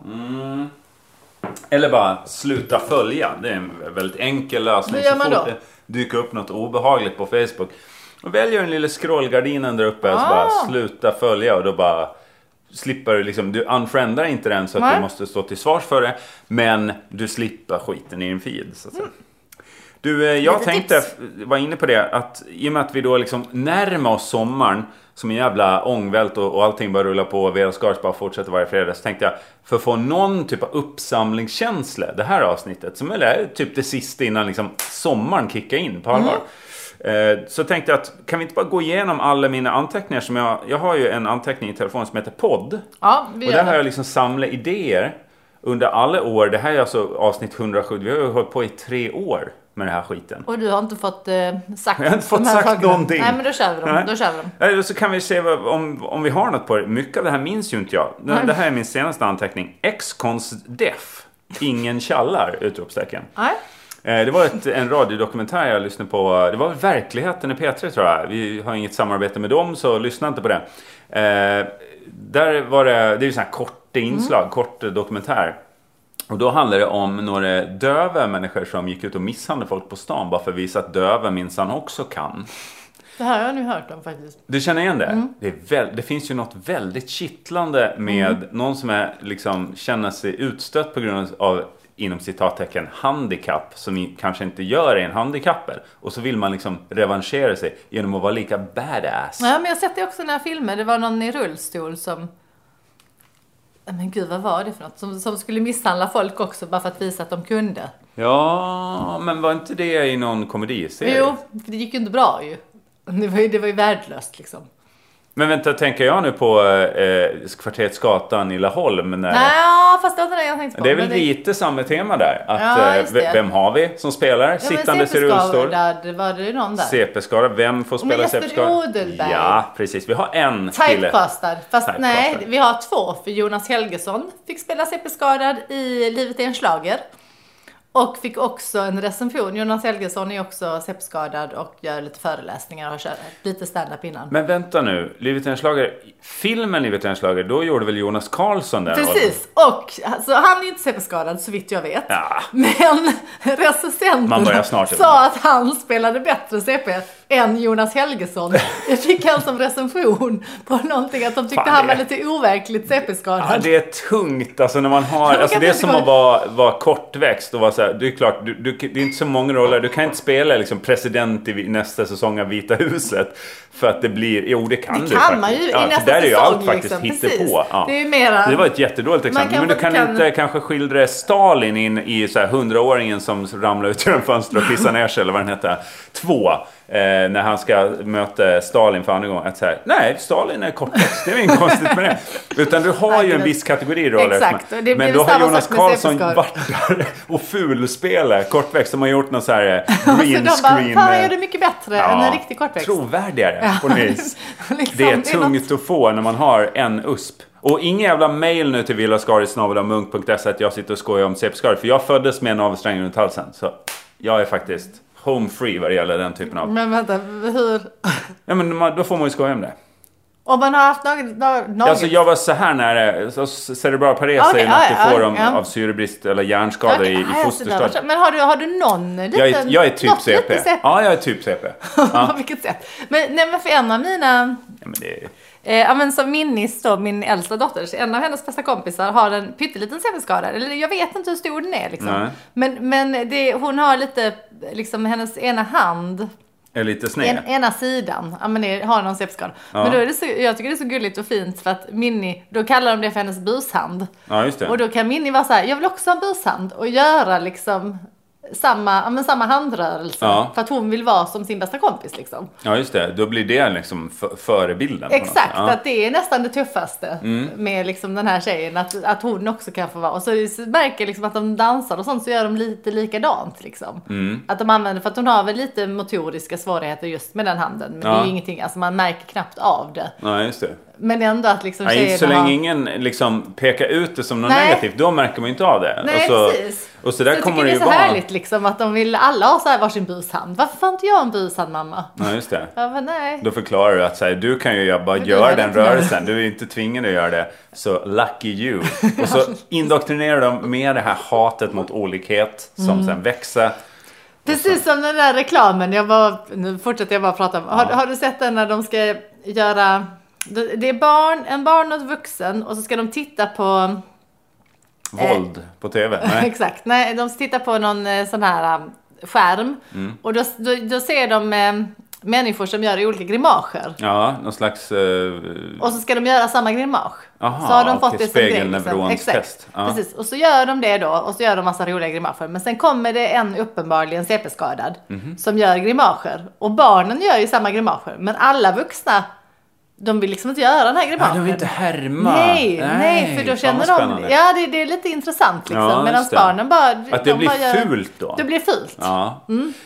Speaker 1: Eller bara sluta följa. Det är en väldigt enkel lösning.
Speaker 2: Hur gör man
Speaker 1: så fort
Speaker 2: då?
Speaker 1: det dyker upp något obehagligt på Facebook. Och väljer den lilla scrollgardinen där uppe och så bara
Speaker 2: Ah.
Speaker 1: sluta följa och då bara slipper du liksom, du unfriendar inte den så att
Speaker 2: Nej.
Speaker 1: du måste stå till svars för det. Men du slipper skiten i din feed så att säga. Du, eh, jag
Speaker 2: Lite
Speaker 1: tänkte,
Speaker 2: tips.
Speaker 1: var inne på det, att i och med att vi då liksom närmar oss sommaren som en jävla ångvält och, och allting bara rullar på och Vera Skars bara fortsätter varje fredag så tänkte jag för att få någon typ av uppsamlingskänsla det här avsnittet som väl är typ det sista innan liksom sommaren kickar in
Speaker 2: Mm.
Speaker 1: på allvar. Eh, Så tänkte jag att kan vi inte bara gå igenom alla mina anteckningar som jag, jag har ju en anteckning i telefonen som heter podd.
Speaker 2: Ja, vi
Speaker 1: Och
Speaker 2: gör
Speaker 1: där har
Speaker 2: det.
Speaker 1: jag liksom samlat idéer under alla år. Det här är alltså avsnitt 107. Vi har ju hållit på i tre år med den här skiten.
Speaker 2: Och du har inte fått eh, sagt
Speaker 1: Jag har inte fått
Speaker 2: de här
Speaker 1: sagt
Speaker 2: sakerna.
Speaker 1: någonting.
Speaker 2: Nej men då kör vi dem.
Speaker 1: Nej.
Speaker 2: Då kör vi dem.
Speaker 1: Eh, och Så kan vi se vad, om, om vi har något på det. Mycket av det här minns ju inte jag. Det, det här är min senaste anteckning. Ex-konst-def. Ingen tjallar! Utropstecken.
Speaker 2: Nej.
Speaker 1: Eh, Det var ett, en radiodokumentär jag lyssnade på. Det var Verkligheten i P3 tror jag. Vi har inget samarbete med dem så lyssna inte på det. Eh, Där var det, det är ju sådana här korta inslag, kort eh, dokumentär. Och då handlade det om några döva människor som gick ut och misshandlade folk på stan bara för att visa att döva minsann också kan.
Speaker 2: Det här har jag nu hört om faktiskt.
Speaker 1: Du känner igen det?
Speaker 2: Mm.
Speaker 1: Det, är väl, det finns ju något väldigt kittlande med
Speaker 2: Mm.
Speaker 1: någon som är, liksom, känner sig utstött på grund av inom citattecken handikapp som i- kanske inte gör en handikappad. Och så vill man liksom revanschera sig genom att vara lika badass.
Speaker 2: Ja men jag har sett det också i några filmer. Det var någon i rullstol som Nej, men gud, vad var det för något? Som, som skulle misshandla folk också bara för att visa att de kunde.
Speaker 1: Ja, men var inte det i någon komediserie?
Speaker 2: Jo, för det gick ju inte bra ju. Det var ju, det var ju värdelöst liksom.
Speaker 1: Men vänta, tänker jag nu på eh, Kvarteret Skatan i Laholm? När...
Speaker 2: Nej, fast det var inte det jag tänkte på.
Speaker 1: Det är väl
Speaker 2: Men
Speaker 1: lite samma tema där? Att,
Speaker 2: Ja,
Speaker 1: eh,
Speaker 2: just det.
Speaker 1: v- vem har vi som spelar?
Speaker 2: Ja, men
Speaker 1: Sittandes i
Speaker 2: CP-skadad,
Speaker 1: rullstol?
Speaker 2: det var det ju någon där.
Speaker 1: CP-skada, vem
Speaker 2: men
Speaker 1: får spela
Speaker 2: Jesper
Speaker 1: CP-skada?
Speaker 2: Odelberg.
Speaker 1: Ja, precis. Vi har en kille.
Speaker 2: Typecastad. Fast
Speaker 1: Typecastad.
Speaker 2: nej, vi har två. För Jonas Helgesson fick spela CP-skadad i Livet är en schlager. Och fick också en recension. Jonas Helgesson är också CP-skadad och gör lite föreläsningar och har kört lite stand-up innan.
Speaker 1: Men vänta nu, Livet är en schlager. Filmen Livet är en schlager, då gjorde väl Jonas Karlsson den rollen?
Speaker 2: Precis, och alltså, han är inte CP-skadad så vitt jag vet.
Speaker 1: Ja.
Speaker 2: Men
Speaker 1: Man börjar
Speaker 2: recensenterna
Speaker 1: snart-
Speaker 2: sa att han spelade bättre CP än Jonas Helgesson. Det fick han som recension på någonting att de tyckte
Speaker 1: Fan,
Speaker 2: han var
Speaker 1: det-
Speaker 2: lite overkligt CP-skadad.
Speaker 1: Ja, det är tungt alltså när man har,
Speaker 2: Jag
Speaker 1: alltså
Speaker 2: kan
Speaker 1: det är
Speaker 2: inte
Speaker 1: som
Speaker 2: gå-
Speaker 1: att vara, vara kortväxt och vara så här, det är klart, du, du, det är inte så många roller, du kan inte spela liksom president i vi- nästa säsong av Vita huset. För att det blir, jo Mm, det kan
Speaker 2: Det
Speaker 1: du
Speaker 2: kan
Speaker 1: faktiskt.
Speaker 2: man ju i
Speaker 1: för
Speaker 2: nästa
Speaker 1: där är ju
Speaker 2: säsong,
Speaker 1: allt faktiskt
Speaker 2: liksom. Precis.
Speaker 1: hittepå. Ja.
Speaker 2: Det är ju mera-
Speaker 1: det var ett jättedåligt exempel, men
Speaker 2: kanske
Speaker 1: du kan,
Speaker 2: kan-
Speaker 1: inte kanske skildra Stalin in i så här hundraåringen som ramlar ut genom fönstret och pissar ner sig eller vad den hette. Två. Eh, när han ska möta Stalin för andra gången. Att så här, nej, Stalin är kortväxt. Det är inget konstigt med det. Utan du har ju en viss kategori roller.
Speaker 2: Exakt, och det blir
Speaker 1: Men då
Speaker 2: väl
Speaker 1: har
Speaker 2: samma
Speaker 1: Jonas
Speaker 2: sak med
Speaker 1: Karlsson
Speaker 2: CP-skor.
Speaker 1: varit där och fulspelat kortväxt. De har gjort någon så här eh, green
Speaker 2: så de bara,
Speaker 1: screen.
Speaker 2: fan han
Speaker 1: eh,
Speaker 2: gör det mycket bättre än en riktig kortväxt.
Speaker 1: Trovärdigare på något vis.
Speaker 2: Liksom,
Speaker 1: Det är
Speaker 2: något-
Speaker 1: tungt att få när man har en USP. Och inga jävla mail nu till villaskarisnavelamunk.se att jag sitter och skojar om cp För jag föddes med en navelsträng runt halsen. Så jag är faktiskt home free vad det gäller den typen av...
Speaker 2: Men vänta, hur?
Speaker 1: Ja men man- då får man ju skoja om det.
Speaker 2: Om man har haft något... något,
Speaker 1: Alltså jag var så här nära. så Cerebral pares
Speaker 2: Okej,
Speaker 1: är ju något
Speaker 2: ja,
Speaker 1: du
Speaker 2: ja,
Speaker 1: får om,
Speaker 2: ja.
Speaker 1: av syrebrist eller hjärnskada i, i fosterstadiet.
Speaker 2: Men har du, har du någon liten...
Speaker 1: Jag är, jag är typ
Speaker 2: något
Speaker 1: CP.
Speaker 2: litet CP?
Speaker 1: Ja, jag är typ CP.
Speaker 2: På vilket sätt? Men, nej, men för en av mina...
Speaker 1: Ja, men det är...
Speaker 2: Eh, ja, men som Minnis då, min äldsta dotter, så en av hennes bästa kompisar har en pytteliten cp-skada. Eller jag vet inte hur stor den är liksom.
Speaker 1: Nej.
Speaker 2: Men, men det, hon har lite, liksom hennes ena hand
Speaker 1: Är lite sned.
Speaker 2: En, ena sidan ja, men det har någon sepskal.
Speaker 1: Ja.
Speaker 2: Men då är det så, jag tycker det är så gulligt och fint för att Minni, då kallar de det för hennes bushand.
Speaker 1: Ja, just det.
Speaker 2: Och då kan Minni vara så här, jag vill också ha en bushand och göra liksom samma, ja, men samma handrörelse.
Speaker 1: Ja.
Speaker 2: För att hon vill vara som sin bästa kompis liksom.
Speaker 1: Ja, just det. Då blir det liksom f- förebilden. på något sätt.
Speaker 2: Exakt,
Speaker 1: Ja. Mm.
Speaker 2: att det är nästan det tuffaste med liksom den här tjejen. Att, att hon också kan få vara. Och så märker jag liksom att de dansar och sånt så gör de lite likadant. Liksom.
Speaker 1: Mm.
Speaker 2: Att de använder, för att hon har väl lite motoriska svårigheter just med den handen. Men det är
Speaker 1: Ja.
Speaker 2: ju ingenting, alltså man märker knappt av det.
Speaker 1: Ja, just det.
Speaker 2: Men ändå att liksom
Speaker 1: Nej,
Speaker 2: tjejerna
Speaker 1: inte så länge
Speaker 2: har...
Speaker 1: ingen liksom pekar ut det som något
Speaker 2: Nej.
Speaker 1: negativt, då märker man ju inte av det.
Speaker 2: Nej,
Speaker 1: och så,
Speaker 2: precis.
Speaker 1: Och så där
Speaker 2: jag
Speaker 1: kommer
Speaker 2: tycker
Speaker 1: det
Speaker 2: det
Speaker 1: ju
Speaker 2: är så
Speaker 1: vara.
Speaker 2: härligt liksom att de vill alla ha så här varsin bushand. Varför får inte jag en bushand mamma?
Speaker 1: Ja, just det.
Speaker 2: Ja, men nej.
Speaker 1: Då förklarar du att så här, du kan ju bara
Speaker 2: du
Speaker 1: göra
Speaker 2: gör
Speaker 1: den
Speaker 2: inte det.
Speaker 1: rörelsen, du är inte tvingad att göra det. Så lucky you. Och så indoktrinerar de med det här hatet mot olikhet som
Speaker 2: Mm.
Speaker 1: sen växer.
Speaker 2: Eh. Precis som den där reklamen, jag bara, nu fortsätter jag bara prata om. Har, har du sett den när de ska göra, det det är barn, en barn och en vuxen och så ska de titta på,
Speaker 1: Våld på TV. Nej.
Speaker 2: exakt, nej de tittar på någon eh, sån här eh, skärm och då, då, då ser de eh, människor som gör olika grimaser.
Speaker 1: Ja, någon slags... eh,
Speaker 2: Och så ska de göra samma grimas.
Speaker 1: Aha,
Speaker 2: så har de fått
Speaker 1: okej,
Speaker 2: det som grej. liksom.
Speaker 1: spegelneuronstest.
Speaker 2: Exakt.
Speaker 1: Ja.
Speaker 2: Precis. Och så gör de det då och så gör de massa roliga grimaser. Men sen kommer det en uppenbarligen CP-skadad
Speaker 1: Mhm.
Speaker 2: som gör grimaser. Och barnen gör ju samma grimaser. Men alla vuxna, de vill liksom inte göra den här
Speaker 1: Ja,
Speaker 2: grimasen.
Speaker 1: de vill inte härma.
Speaker 2: Nej, nej, för då
Speaker 1: fan
Speaker 2: känner
Speaker 1: vad
Speaker 2: de...
Speaker 1: spännande.
Speaker 2: Ja, det, det är lite intressant liksom.
Speaker 1: Ja, just
Speaker 2: Medan
Speaker 1: det.
Speaker 2: barnen bara...
Speaker 1: Att det
Speaker 2: de
Speaker 1: blir
Speaker 2: bara gör-
Speaker 1: fult då.
Speaker 2: Det blir fult.
Speaker 1: Ja.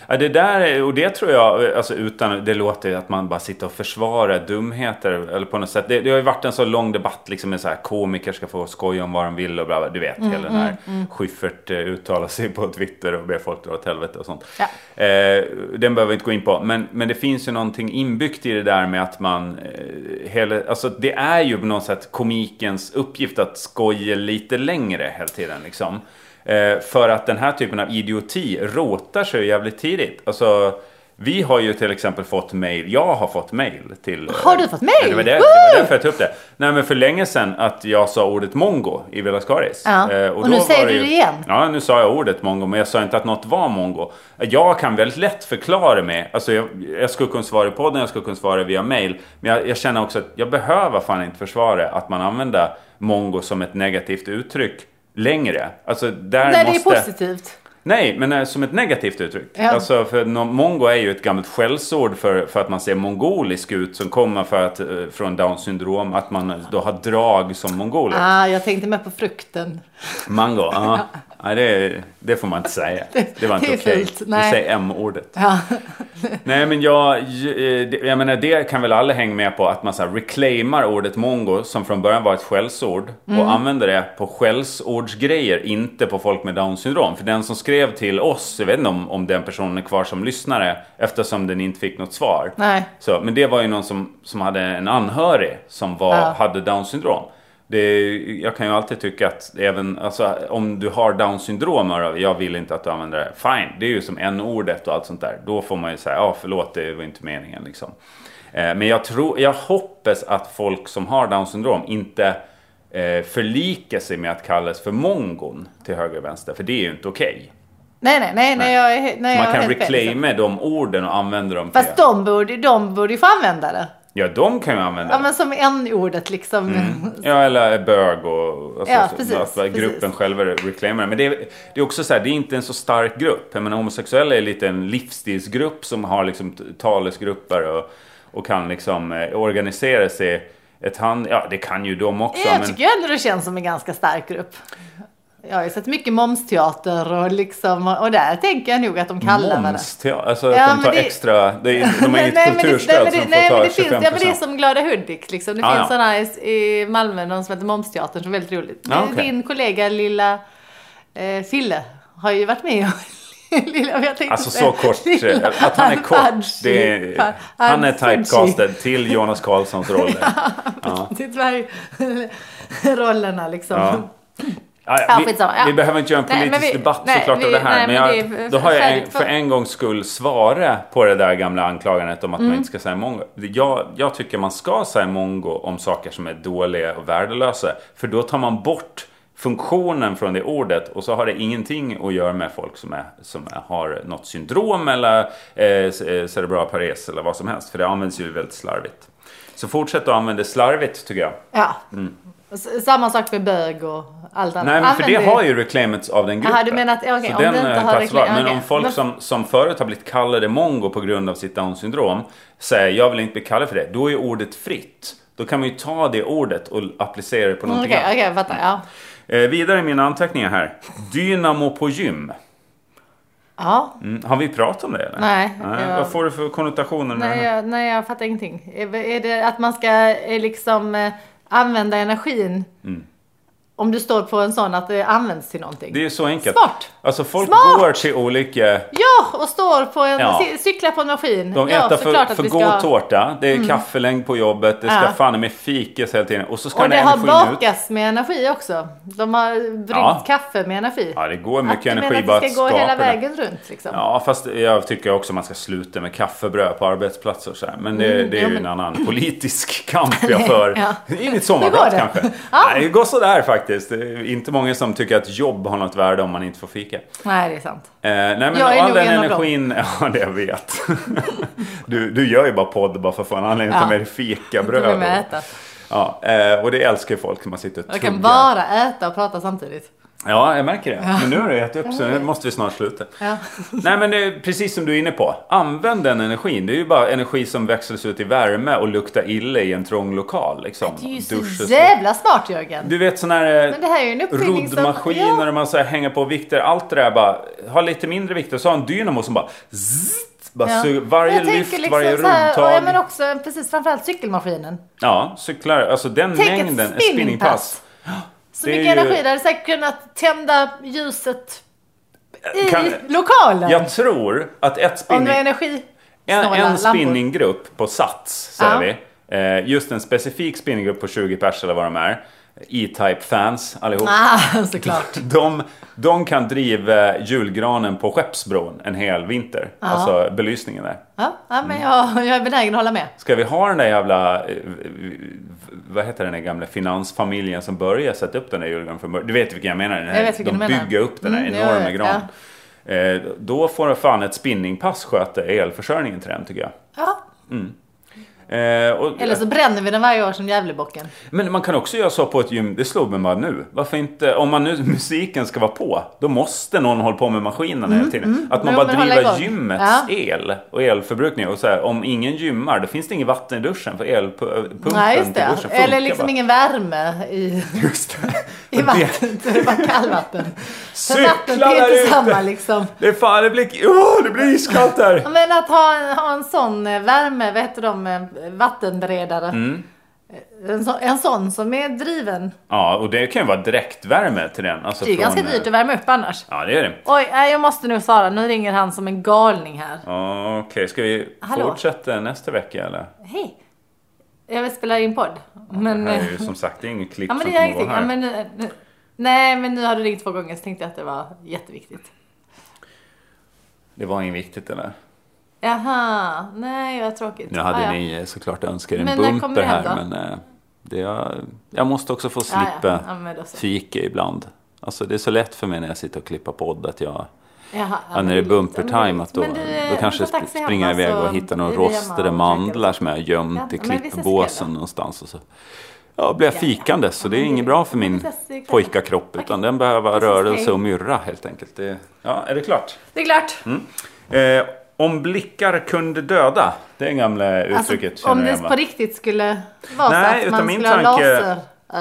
Speaker 1: ja, det där är- och det tror jag, alltså utan, det låter ju att man bara sitter och försvarar dumheter eller på något sätt. Det, det har ju varit en så lång debatt liksom med så här komiker ska få skoja om vad de vill och bla bla, du vet hela den här Schyffert eh, uttalar sig på Twitter och ber folk dra åt helvete och sånt.
Speaker 2: Ja.
Speaker 1: Eh, den behöver vi inte gå in på, men, men det finns ju någonting inbyggt i det där med att man eh, hela, alltså det är ju på något sätt komikens uppgift att skoja lite längre hela tiden liksom. Eh, för att den här typen av idioti rotar sig jävligt tidigt. Alltså, vi har ju till exempel fått mail, jag har fått mail till... eh,
Speaker 2: Har du fått mail?
Speaker 1: Ja, Det var, där, det var därför jag tog upp det. Nej men för länge sedan att jag sa ordet mongo i Velascaris.
Speaker 2: Ja. Och nu
Speaker 1: då
Speaker 2: säger
Speaker 1: var
Speaker 2: du
Speaker 1: ju-
Speaker 2: det igen.
Speaker 1: Ja, nu sa jag ordet mongo, men jag sa inte att något var mongo. Jag kan väldigt lätt förklara mig. Alltså, jag, jag skulle kunna svara i podden, jag skulle kunna svara via mail. Men jag, jag känner också att jag behöver fan inte försvara att man använder mongo som ett negativt uttryck längre. Alltså, där
Speaker 2: Nej,
Speaker 1: måste...
Speaker 2: det är positivt.
Speaker 1: Nej, men eh, som ett negativt uttryck.
Speaker 2: Ja.
Speaker 1: Alltså, för no, mongo är ju ett gammalt skällsord för, för att man ser mongolisk ut som kommer för att, eh, från down syndrom, att man då har drag som mongoler.
Speaker 2: Ah, jag tänkte mer på frukten.
Speaker 1: Mango, ja. Ja, Nej, det, det får man inte säga. Det var inte
Speaker 2: det är
Speaker 1: okej.
Speaker 2: fult.
Speaker 1: Du
Speaker 2: Nej.
Speaker 1: säger M-ordet.
Speaker 2: Ja.
Speaker 1: Nej, men jag, eh, det- jag menar, det kan väl alla hänga med på att man så här reclaimar ordet mongo som från början var ett skällsord
Speaker 2: Mm.
Speaker 1: och använder det på skällsordsgrejer, inte på folk med down syndrom. För den som skrev till oss, jag vet inte om, om den personen är kvar som lyssnare eftersom den inte fick något svar.
Speaker 2: Nej.
Speaker 1: Så, men det var ju någon som, som hade en anhörig som var,
Speaker 2: Ja.
Speaker 1: hade down syndrom. Det, är ju- jag kan ju alltid tycka att även alltså, om du har down syndrom, Mara, jag vill inte att du använder det. här. Fine, det är ju som en ordet och allt sånt där. Då får man ju säga, ja förlåt det var inte meningen liksom. Eh, men jag, tror, jag hoppas att folk som har down syndrom inte eh, förlikar sig med att kallas för mongon till höger och vänster. För det är ju inte okej.
Speaker 2: Nej, nej, nej, nej. Jag, är he- nej jag
Speaker 1: Man
Speaker 2: har helt
Speaker 1: kan
Speaker 2: fel, liksom.
Speaker 1: reclaima de orden och använda dem.
Speaker 2: Fast
Speaker 1: till-
Speaker 2: de borde, de borde ju få använda det.
Speaker 1: Ja, Mm. de kan ju använda
Speaker 2: Ja, men som en ordet liksom.
Speaker 1: Ja, eller bög och alltså,
Speaker 2: Ja,
Speaker 1: så-
Speaker 2: precis,
Speaker 1: att gruppen
Speaker 2: precis.
Speaker 1: själva reclaimar det. Men det är, det är också så här, det är inte en så stark grupp. Jag menar, homosexuella är lite en livsstilsgrupp som har liksom t- talesgrupper och, och kan liksom eh, organisera sig. Ett hand, ja, det kan ju de också.
Speaker 2: jag
Speaker 1: men,
Speaker 2: tycker ju ändå det känns som en ganska stark grupp. Jag har ju sett mycket momsteater och liksom, och där tänker jag nog att de kallar varandra.
Speaker 1: Moms, ja, alltså
Speaker 2: Ja,
Speaker 1: att
Speaker 2: men
Speaker 1: de tar
Speaker 2: det-
Speaker 1: extra, det är, de har inget
Speaker 2: Nej, men det-
Speaker 1: kulturstöd
Speaker 2: nej, men
Speaker 1: så
Speaker 2: det-
Speaker 1: de
Speaker 2: nej, men
Speaker 1: får
Speaker 2: det
Speaker 1: ta 25%. Ah,
Speaker 2: finns- Ja men det är som Glada Hudik liksom. Det
Speaker 1: Ja,
Speaker 2: finns
Speaker 1: ja.
Speaker 2: sådana i, i Malmö, någon som heter Momsteatern som är väldigt roligt.
Speaker 1: Ja, Ah, okej.
Speaker 2: Din kollega lilla eh, Fille har ju varit med och Lilla, jag tänkte
Speaker 1: Alltså
Speaker 2: säga-
Speaker 1: så kort, eh,
Speaker 2: Lilla
Speaker 1: att han är kort.
Speaker 2: Fudgy.
Speaker 1: Det är,
Speaker 2: Fa-
Speaker 1: han är
Speaker 2: Fudgy.
Speaker 1: typecastad till Jonas Karlssons roll. där.
Speaker 2: Det är tyvärr rollerna liksom.
Speaker 1: Ja. Ja, ja,
Speaker 2: Ja,
Speaker 1: vi,
Speaker 2: skitsamma, ja.
Speaker 1: vi behöver inte göra en
Speaker 2: Nej,
Speaker 1: politisk
Speaker 2: men vi-
Speaker 1: debatt
Speaker 2: nej,
Speaker 1: såklart
Speaker 2: vi-
Speaker 1: av det
Speaker 2: nej,
Speaker 1: här. men
Speaker 2: men
Speaker 1: jag,
Speaker 2: det är
Speaker 1: då har jag en,
Speaker 2: färdigt för-
Speaker 1: för en gångs skull svara på det där gamla anklagandet om att
Speaker 2: Mm.
Speaker 1: man inte ska säga mongo. Jag, jag tycker man ska säga mongo om saker som är dåliga och värdelösa. För då tar man bort funktionen från det ordet och så har det ingenting att göra med folk som, är, som har något syndrom eller eh, c- eh, cerebral pares eller vad som helst. För det används ju väldigt slarvigt. Så fortsätt att använda det slarvigt tycker jag.
Speaker 2: Ja. Och s- Samma sak med bög och allt annat.
Speaker 1: Mm. Nej, men för
Speaker 2: Använd
Speaker 1: det har ju reclaimats av den gruppen.
Speaker 2: Jaha, du menar att- okej,
Speaker 1: så
Speaker 2: om
Speaker 1: den
Speaker 2: det inte
Speaker 1: eh,
Speaker 2: har
Speaker 1: tas
Speaker 2: reklam-
Speaker 1: bort. Men
Speaker 2: okej.
Speaker 1: om folk
Speaker 2: Men-
Speaker 1: som, som förut har blivit kallade mongo på grund av sitt down syndrom säger jag vill inte bli kallad för det, då är ordet fritt. Då kan man ju ta det ordet och applicera det på
Speaker 2: Okej,
Speaker 1: någonting
Speaker 2: Mm, okej,
Speaker 1: annat.
Speaker 2: jag fattar. Ja.
Speaker 1: Eh, vidare i mina anteckningar här. Dynamo på gym.
Speaker 2: ja.
Speaker 1: Mm, har vi pratat om det eller?
Speaker 2: Nej, jag-
Speaker 1: Vad får du för konnotationer nu?
Speaker 2: Nej, jag, nej, jag fattar ingenting. Är, är det att man ska eh, liksom eh, använda energin om du står på en sån att det används till någonting?
Speaker 1: Mm. Det är ju så enkelt.
Speaker 2: Smart.
Speaker 1: Alltså folk
Speaker 2: Smart.
Speaker 1: går till olika
Speaker 2: Ja, och står på en,
Speaker 1: Ja.
Speaker 2: cy- cyklar på en maskin.
Speaker 1: De
Speaker 2: ja,
Speaker 1: äter
Speaker 2: såklart
Speaker 1: för,
Speaker 2: att
Speaker 1: för
Speaker 2: vi Mm.
Speaker 1: god tårta, det är kaffelängd på jobbet, det ska
Speaker 2: Ja.
Speaker 1: fan med fikas hela tiden och så ska
Speaker 2: Och
Speaker 1: den
Speaker 2: det har
Speaker 1: energin ut.
Speaker 2: bakats med energi också. De har bryggt
Speaker 1: Ja.
Speaker 2: kaffe med energi.
Speaker 1: Ja, det går mycket
Speaker 2: att, du
Speaker 1: energi
Speaker 2: menar
Speaker 1: bara
Speaker 2: att det ska gå
Speaker 1: skapa
Speaker 2: hela
Speaker 1: det.
Speaker 2: vägen runt liksom.
Speaker 1: Ja, fast jag tycker också man ska sluta med kaffebröd på arbetsplatser och så här. Men det, det är
Speaker 2: Mm, ja,
Speaker 1: ju
Speaker 2: men-
Speaker 1: en annan politisk kamp jag för.
Speaker 2: Ja.
Speaker 1: I mitt
Speaker 2: Hur går
Speaker 1: sommarprat
Speaker 2: det?
Speaker 1: kanske. Nej, det går sådär faktiskt. Det är inte många som tycker att jobb har något värde om man inte får fika.
Speaker 2: Nej, det är sant.
Speaker 1: Eh, nej men
Speaker 2: Jag är
Speaker 1: all
Speaker 2: nog
Speaker 1: den
Speaker 2: en av dem.
Speaker 1: energin, ja det jag vet. du, du gör ju bara podd bara för att få en anledning att ta
Speaker 2: Ja.
Speaker 1: med dig fikabröd.
Speaker 2: Då vill man
Speaker 1: och-
Speaker 2: äta.
Speaker 1: Ja, eh, och det älskar ju folk när man sitter och
Speaker 2: Jag
Speaker 1: tuggar.
Speaker 2: kan bara äta och prata samtidigt.
Speaker 1: Ja, jag märker det. Men nu har du ätit upp så nu måste vi snart sluta.
Speaker 2: Ja.
Speaker 1: Nej men det är precis som du är inne på. Använd den energin. Det är ju bara energi som växlas ut i värme och luktar illa i en trång lokal. Liksom.
Speaker 2: Det är ju så
Speaker 1: Dusch och så.
Speaker 2: jävla smart Jörgen.
Speaker 1: Du vet sådana här eh,
Speaker 2: Men det här är ju en uppfinning som-
Speaker 1: roddmaskiner
Speaker 2: Ja.
Speaker 1: och man så här hänger på vikter. Allt det där bara, ha lite mindre vikter. Så ha en dynamo som bara zzzt, bara
Speaker 2: Ja.
Speaker 1: suger varje
Speaker 2: Jag tänker liksom
Speaker 1: lyft, varje
Speaker 2: så här,
Speaker 1: rundtag.
Speaker 2: och ja, men också precis framförallt cykelmaskinen.
Speaker 1: Ja, cyklar. Alltså den
Speaker 2: Tänk ett
Speaker 1: mängden.
Speaker 2: spinningpass. Så
Speaker 1: Det är
Speaker 2: mycket
Speaker 1: ju-
Speaker 2: energi, det hade säkert kunnat tända ljuset i
Speaker 1: Eh, Kan-
Speaker 2: lokalen.
Speaker 1: Jag tror att ett
Speaker 2: om
Speaker 1: spinning...
Speaker 2: det är energi.
Speaker 1: En,
Speaker 2: snåla
Speaker 1: en
Speaker 2: lampor.
Speaker 1: spinninggrupp på Sats, säger
Speaker 2: Ja.
Speaker 1: vi. Eh, just en specifik spinninggrupp på 20 pers eller vad de är. E-Type fans allihop.
Speaker 2: Ah, såklart.
Speaker 1: De, de kan driva julgranen på Skeppsbron en hel vinter. Alltså belysningen där.
Speaker 2: Ja, ja, men jag, jag är benägen att hålla med.
Speaker 1: Ska vi ha den där jävla, eh, vad heter den där gamla finansfamiljen som börjar sätta upp den där julgranen från början? Du vet vilken jag menar? Den här,
Speaker 2: Jag vet vilken
Speaker 1: de
Speaker 2: du menar.
Speaker 1: bygger upp den där
Speaker 2: Mm, jag
Speaker 1: enorma
Speaker 2: vet,
Speaker 1: granen. Eh, då får fan ett spinningpass sköta elförsörjningen till den tycker jag.
Speaker 2: Ja.
Speaker 1: Eh, och,
Speaker 2: Eller så bränner vi den varje år som Gävlebocken.
Speaker 1: Men man kan också göra så på ett gym, det slog mig bara nu. Varför inte, om man nu musiken ska vara på, då måste någon hålla på med maskinen hela tiden. Att man
Speaker 2: Jo,
Speaker 1: bara
Speaker 2: Mm, men hålla
Speaker 1: driver
Speaker 2: igång.
Speaker 1: gymmets
Speaker 2: Ja.
Speaker 1: el och elförbrukning. Och så här, om ingen gymmar, då finns det inget vatten i duschen för elpumpen
Speaker 2: Nej, just
Speaker 1: till
Speaker 2: det.
Speaker 1: duschen funkar
Speaker 2: Eller liksom
Speaker 1: bara.
Speaker 2: ingen värme i...
Speaker 1: Just det.
Speaker 2: I vattnet. Det var kallvatten. För vattnet
Speaker 1: Cykla
Speaker 2: är
Speaker 1: där
Speaker 2: inte samma
Speaker 1: ute!
Speaker 2: liksom.
Speaker 1: Det är fan, det blir, åh, det blir iskallt här!
Speaker 2: Ja, Men att ha en, ha en sån eh, värme, vad heter de, eh, vattenberedare.
Speaker 1: Mm.
Speaker 2: Eh, En, så, en sån som är driven.
Speaker 1: Ja, och det kan ju vara direktvärme till den. Alltså
Speaker 2: Det är ju
Speaker 1: från,
Speaker 2: ganska
Speaker 1: eh,
Speaker 2: dyrt att värma upp annars.
Speaker 1: Ja, det är det.
Speaker 2: Oj, nej, jag måste nu svara. Nu ringer han som en galning här.
Speaker 1: Ja, Okej, ska vi
Speaker 2: Hallå?
Speaker 1: fortsätta nästa vecka eller?
Speaker 2: Hej! Jag vill spela in podd. Men, eh,
Speaker 1: det här är ju som sagt, det är inget klipp
Speaker 2: ja, men
Speaker 1: som
Speaker 2: det är
Speaker 1: kommer att vara
Speaker 2: ingenting.
Speaker 1: här.
Speaker 2: Ja, men, nu- nu- nej, men nu har du ringt två gånger så tänkte jag att det var jätteviktigt.
Speaker 1: Det var inget viktigt eller?
Speaker 2: Jaha, nej vad tråkigt.
Speaker 1: Nu hade
Speaker 2: Ah, ja.
Speaker 1: ni eh, såklart önskat en
Speaker 2: Men när kommer
Speaker 1: bumper
Speaker 2: det hem
Speaker 1: här
Speaker 2: då?
Speaker 1: men eh, det jag, jag måste också få
Speaker 2: Ja, ja.
Speaker 1: slippa
Speaker 2: Ja, men då så.
Speaker 1: fika ibland. Alltså det är så lätt för mig när jag sitter och klipper podd att jag,
Speaker 2: Jaha,
Speaker 1: ja, när det är bumper
Speaker 2: ja, men-
Speaker 1: time att då,
Speaker 2: men du,
Speaker 1: då kanske
Speaker 2: vi tar taxi
Speaker 1: sp- springer jag
Speaker 2: hemma,
Speaker 1: iväg och
Speaker 2: så
Speaker 1: hittar några
Speaker 2: är vi hemma och
Speaker 1: rostade
Speaker 2: käkar.
Speaker 1: mandlar som jag har gömt
Speaker 2: Ja,
Speaker 1: i
Speaker 2: men vi ses ikväll
Speaker 1: klippbåsen
Speaker 2: då.
Speaker 1: någonstans. Och så. Ja, blir jag
Speaker 2: Ja, ja.
Speaker 1: fikande så
Speaker 2: Ja,
Speaker 1: det är
Speaker 2: men
Speaker 1: inget
Speaker 2: det-
Speaker 1: bra för
Speaker 2: ja, men
Speaker 1: min
Speaker 2: vi ses ikväll.
Speaker 1: pojkakropp utan den behöver
Speaker 2: ses,
Speaker 1: rörelse
Speaker 2: hej.
Speaker 1: och myrra helt enkelt. Det, ja, är det klart?
Speaker 2: Det är klart.
Speaker 1: Eh, om blickar kunde döda, det är gamla
Speaker 2: Alltså,
Speaker 1: uttrycket. känner
Speaker 2: om
Speaker 1: jag
Speaker 2: det
Speaker 1: igen, va?
Speaker 2: på riktigt skulle vara
Speaker 1: Nej,
Speaker 2: så att
Speaker 1: utan
Speaker 2: man
Speaker 1: min
Speaker 2: skulle ha
Speaker 1: tanke-
Speaker 2: laser. eh,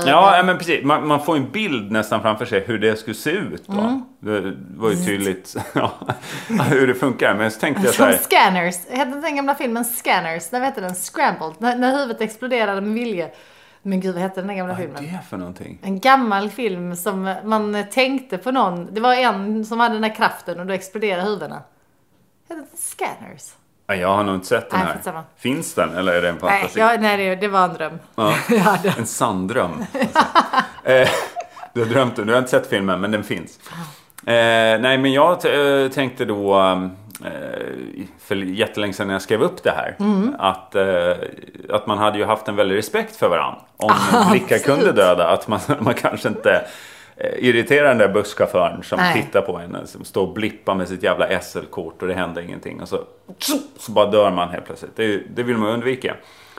Speaker 1: Ja, ja, men precis. Man, man får en bild nästan framför sig hur det skulle se ut. Då.
Speaker 2: Mm.
Speaker 1: Det var ju tydligt ja, hur det funkar. Men så tänkte jag så
Speaker 2: Som
Speaker 1: här.
Speaker 2: Scanners. Hette inte den gamla filmen Scanners? Där hette den Scrambled. När, när huvudet exploderade med vilje. Men gud, vad hette den där gamla
Speaker 1: Vad är
Speaker 2: filmen?
Speaker 1: det för någonting?
Speaker 2: En gammal film som man tänkte på någon. Det var en som hade den där kraften och då exploderade huvudena. Hette den Scanners?
Speaker 1: Ja, jag har nog inte sett den
Speaker 2: Nej,
Speaker 1: här.
Speaker 2: skitsamma.
Speaker 1: Finns den eller är det en
Speaker 2: Nej,
Speaker 1: fantasi?
Speaker 2: jag, nej det, det var en dröm.
Speaker 1: Ja.
Speaker 2: Jag hade.
Speaker 1: En sanddröm. Alltså. eh, du har drömt den. Du har inte sett filmen, men den finns. Eh, nej, men jag t- eh, tänkte då, eh, för jättelänge sedan när jag skrev upp det här,
Speaker 2: Mm.
Speaker 1: att, eh, att man hade ju haft en väldig respekt för varandra. Om blickar
Speaker 2: absolut.
Speaker 1: kunde döda, att man, man kanske inte eh, irriterar den där busschauffören som
Speaker 2: Nej.
Speaker 1: tittar på en, som står och blippar med sitt jävla SL-kort och det händer ingenting. Och så, så bara dör man helt plötsligt. Det, är ju- det vill man undvika.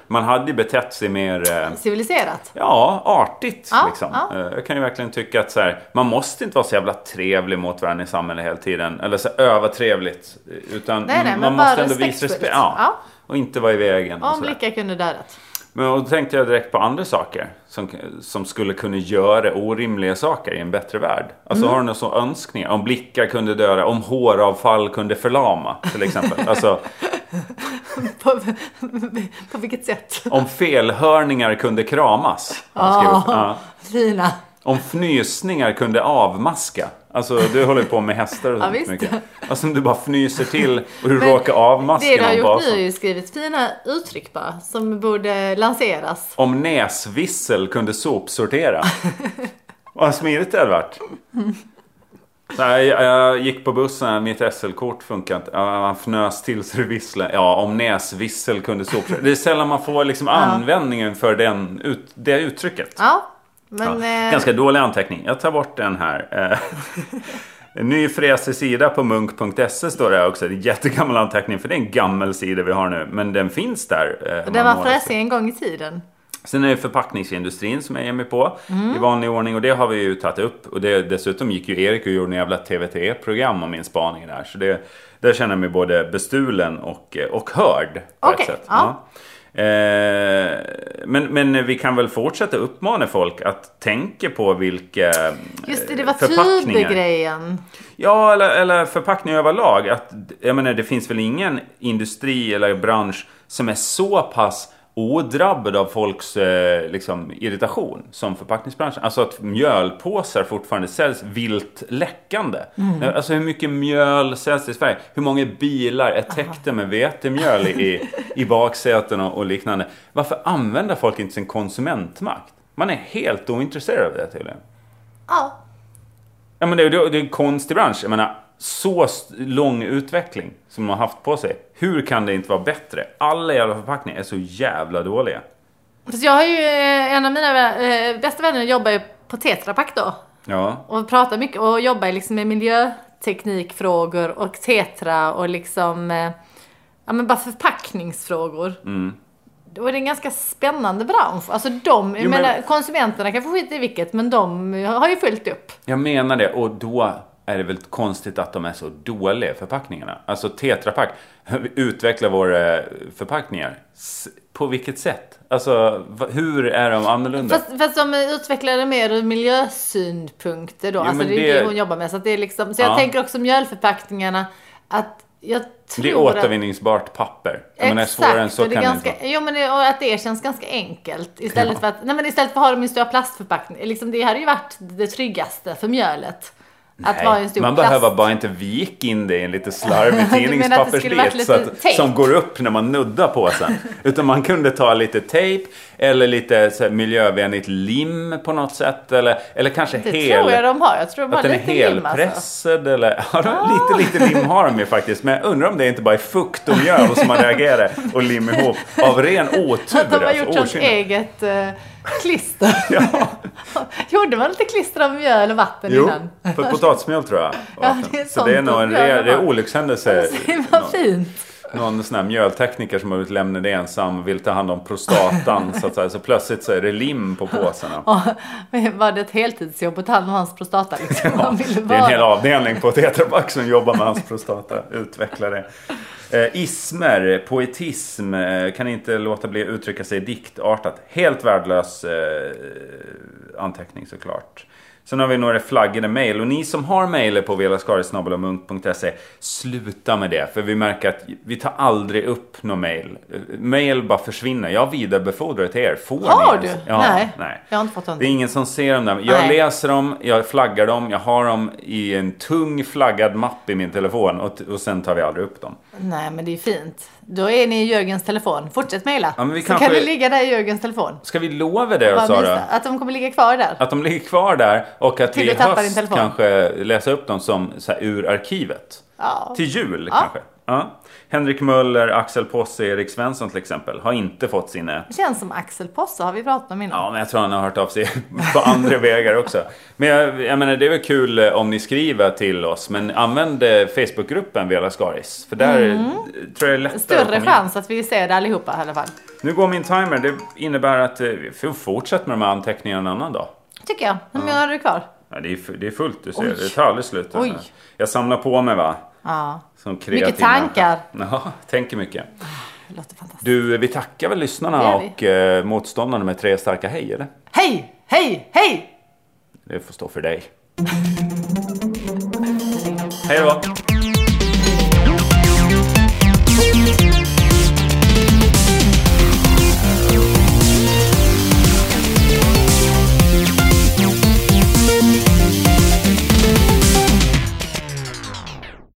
Speaker 1: Man hade ju betett sig mer... Eh,
Speaker 2: Civiliserat.
Speaker 1: Ja, artigt
Speaker 2: Ja,
Speaker 1: liksom.
Speaker 2: ja.
Speaker 1: Eh, Jag kan ju verkligen tycka att så här, man måste inte vara så jävla trevlig mot varandra i samhället hela tiden. Eller så här, öva trevligt. Utan
Speaker 2: Nej, nej,
Speaker 1: man
Speaker 2: men bara
Speaker 1: måste ändå visa
Speaker 2: respektfullt.
Speaker 1: respekt. Ja.
Speaker 2: Ja.
Speaker 1: Och inte vara i vägen. Och
Speaker 2: Om
Speaker 1: så där.
Speaker 2: blickar kunde dödat.
Speaker 1: men och då tänkte jag direkt på andra saker som, som skulle kunna göra orimliga saker i en bättre värld. Alltså
Speaker 2: Mm.
Speaker 1: har du några sådana önskningar? Om blickar kunde döda, om håravfall kunde förlama till exempel. alltså
Speaker 2: På, på vilket sätt?
Speaker 1: om felhörningar kunde kramas. har jag skrivit. Ja.
Speaker 2: Fina.
Speaker 1: Om fnysningar kunde avmaska. Alltså du håller ju på med hästar och
Speaker 2: Ja,
Speaker 1: sånt
Speaker 2: visst.
Speaker 1: mycket. Alltså om du bara fnyser till och du
Speaker 2: Men
Speaker 1: råkar avmaska
Speaker 2: Det du har
Speaker 1: någon
Speaker 2: gjort nu är
Speaker 1: bakom.
Speaker 2: ju skrivit fina uttryck bara, som borde lanseras.
Speaker 1: Om näsvissel kunde sopsortera. Vad smidigt det hade varit. Nej, jag, jag gick på bussen, mitt SL-kort funkar inte. Ja, Han fnös till så det visslade. Ja, om näsvissel kunde sopsortera. Det är sällan man får liksom användningen för den, ut, det uttrycket.
Speaker 2: Ja, men...
Speaker 1: Ja,
Speaker 2: eh,
Speaker 1: ganska dålig anteckning. Jag tar bort den här. Eh, En ny fräsig sida på munk.se står det här också. Det är en jättegammal anteckning för det är en gammal sida vi har nu. Men den finns där. eh, om
Speaker 2: Den
Speaker 1: man
Speaker 2: var
Speaker 1: når oss.
Speaker 2: fräsig en gång i tiden.
Speaker 1: Sen är det förpackningsindustrin som jag ger mig på
Speaker 2: Mm.
Speaker 1: i vanlig ordning och det har vi ju tagit upp. Och det, dessutom gick ju Erik och gjorde en jävla TVT-program om min spaning där. Så det, där känner jag mig både bestulen och, eh, och hörd på
Speaker 2: Okej,
Speaker 1: ett sätt.
Speaker 2: ja.
Speaker 1: Eh, Men, men vi kan väl fortsätta uppmana folk att tänka på vilka eh,
Speaker 2: Just det, det var
Speaker 1: förpackningar.
Speaker 2: Tube-grejen.
Speaker 1: Ja, eller, eller förpackningar överlag. Att, jag menar, det finns väl ingen industri eller bransch som är så pass odrabbad av folks eh, liksom, irritation som förpackningsbranschen. Alltså att mjölpåsar fortfarande säljs vilt läckande. Alltså hur mycket mjöl säljs i Sverige? Hur många bilar är täckta med vetemjöl i, i baksäten och, och liknande? Varför använder folk inte sin konsumentmakt? Man är helt ointresserad av det tydligen.
Speaker 2: Ja,
Speaker 1: Ja, men det, det, det är en konstig bransch. Jag menar, så st- lång utveckling som de har haft på sig. Hur kan det inte vara bättre? Alla jävla förpackningar är så jävla dåliga.
Speaker 2: fast jag har ju, eh, en av mina eh, bästa vänner jobbar ju på Tetra Pak då.
Speaker 1: Ja.
Speaker 2: Och pratar mycket och jobbar liksom med miljöteknikfrågor och Tetra och liksom, eh, ja men bara förpackningsfrågor.
Speaker 1: Mm.
Speaker 2: Och det är en ganska spännande bransch. Alltså de, jag
Speaker 1: Jo, men-
Speaker 2: menar, konsumenterna kanske skiter i vilket, men de har ju fullt upp.
Speaker 1: Jag menar det och då är det väl konstigt att de är så dåliga förpackningarna. Alltså Tetra Pak, vi utvecklar våra eh, förpackningar. S- På vilket sätt? Alltså va- hur är de annorlunda?
Speaker 2: Fast, fast de utvecklar det mer ur miljösynpunkter då. alltså
Speaker 1: men
Speaker 2: det är
Speaker 1: det-
Speaker 2: det hon jobbar med. Så, att det är liksom, så jag
Speaker 1: Ja.
Speaker 2: tänker också mjölförpackningarna. Att jag tror
Speaker 1: det är
Speaker 2: att...
Speaker 1: återvinningsbart papper. Jag menar, svårare än så
Speaker 2: och det
Speaker 1: kan
Speaker 2: är
Speaker 1: det
Speaker 2: ganska,
Speaker 1: inte
Speaker 2: Jo men det, och att det känns ganska enkelt. Istället, för, att, nej, men istället för att ha dem i stora plastförpackningar. Liksom, det hade ju varit det tryggaste för mjölet. Att
Speaker 1: Nej,
Speaker 2: vara i en stor
Speaker 1: man
Speaker 2: plast.
Speaker 1: behöver bara inte vika in det i en lite slarvig
Speaker 2: menar att det skulle varit
Speaker 1: tidningspappersbit
Speaker 2: lite
Speaker 1: så att,
Speaker 2: tejp?
Speaker 1: som går upp när man nuddar på sen. Utan man kunde ta lite tejp eller lite så här, miljövänligt lim på något sätt. Eller, eller kanske
Speaker 2: Det
Speaker 1: hel...
Speaker 2: tror jag de har. Jag tror bara
Speaker 1: Att den är
Speaker 2: lite lim alltså. Ah.
Speaker 1: helpressad eller... Ja, de- lite, lite lim har de ju faktiskt. Men jag undrar om det inte bara är fukt och mjöl som man reagerar och lim ihop. Av ren otur
Speaker 2: Att de har gjort
Speaker 1: alltså.
Speaker 2: sitt
Speaker 1: Okynne.
Speaker 2: eget eh, klister.
Speaker 1: Ja,
Speaker 2: Gjorde man lite klister av mjöl och vatten
Speaker 1: jo.
Speaker 2: innan?
Speaker 1: För potatismjöl tror jag.
Speaker 2: Ja, det är
Speaker 1: så
Speaker 2: sånt
Speaker 1: det är nog en
Speaker 2: de gör,
Speaker 1: re- det är
Speaker 2: va?
Speaker 1: olyckshändelse.
Speaker 2: Vad fint.
Speaker 1: någon sån här mjöltekniker som har blivit lämnad ensam vill ta hand om prostatan så att säga. Så plötsligt så är det lim på påsarna.
Speaker 2: Ja, men Var det ett heltidsjobb att ta hand om hans prostata liksom? Han ville
Speaker 1: Det är en hel
Speaker 2: vara.
Speaker 1: avdelning på Tetra Pak som jobbar med hans prostata, utvecklar det. Eh, ismer, poetism, eh, kan inte låta bli att uttrycka sig diktartat. Helt värdelös eh, anteckning såklart. Sen har vi några flaggade mejl och ni som har mejl på velaskarisnabelomunk.se Sluta med det, för vi märker att vi tar aldrig upp något mejl. Eh, Mejl bara försvinner. Jag vidarebefordrar till er. Får
Speaker 2: Har
Speaker 1: ni
Speaker 2: du?
Speaker 1: ens? liksom. Ja,
Speaker 2: Nej.
Speaker 1: nej.
Speaker 2: Jag har inte fått
Speaker 1: Det är
Speaker 2: någonting.
Speaker 1: ingen som ser dem där. Jag
Speaker 2: Nej.
Speaker 1: läser dem, jag flaggar dem, jag har dem i en tung flaggad mapp i min telefon och, och sen tar vi aldrig upp dem.
Speaker 2: Nej, men det är fint. Då är ni i Jörgens telefon. Fortsätt mejla.
Speaker 1: Ja, men vi
Speaker 2: Så
Speaker 1: kanske-
Speaker 2: kan det ligga där i Jörgens telefon.
Speaker 1: Ska vi lova det då
Speaker 2: Bara
Speaker 1: Sara?
Speaker 2: mysa. Att de kommer ligga kvar där.
Speaker 1: Att de ligger kvar där och att
Speaker 2: Till
Speaker 1: vi i
Speaker 2: du tappar din
Speaker 1: höst
Speaker 2: telefon.
Speaker 1: kanske läser upp dem som så här, ur arkivet.
Speaker 2: Ja.
Speaker 1: Till jul kanske. Ja. Henrik Möller, Axel Posse, Erik Svensson till exempel har inte fått sina
Speaker 2: Det känns som Axel Posse har vi pratat om innan.
Speaker 1: Ja, men jag tror han har hört av sig på andra vägar också. Men jag, jag menar, det är väl kul eh, om ni skriver till oss. Men använd eh, Facebookgruppen Vela Skaris. För där eh, tror jag det är lättare att komma
Speaker 2: Mm. Större
Speaker 1: in.
Speaker 2: chans att vi ser det allihopa i alla fall.
Speaker 1: Nu går min timer. Det innebär att eh, vi får fortsätta med de här anteckningarna en annan dag.
Speaker 2: Tycker jag. Hur många har du kvar?
Speaker 1: Ja, det, är, fu- det är fullt, du ser.
Speaker 2: Oj.
Speaker 1: Det tar aldrig slut. det här.
Speaker 2: Oj.
Speaker 1: Jag samlar på mig, va?
Speaker 2: Ja,
Speaker 1: Som kreativ
Speaker 2: Mycket tankar.
Speaker 1: människa. Ja, tänker mycket.
Speaker 2: det låter fantastiskt.
Speaker 1: Du, eh, vi tackar väl
Speaker 2: Det
Speaker 1: lyssnarna
Speaker 2: gör vi.
Speaker 1: och eh, motståndarna med tre starka hej, eller?
Speaker 2: Hej, hej, hej!
Speaker 1: Det får stå för dig. Hej då!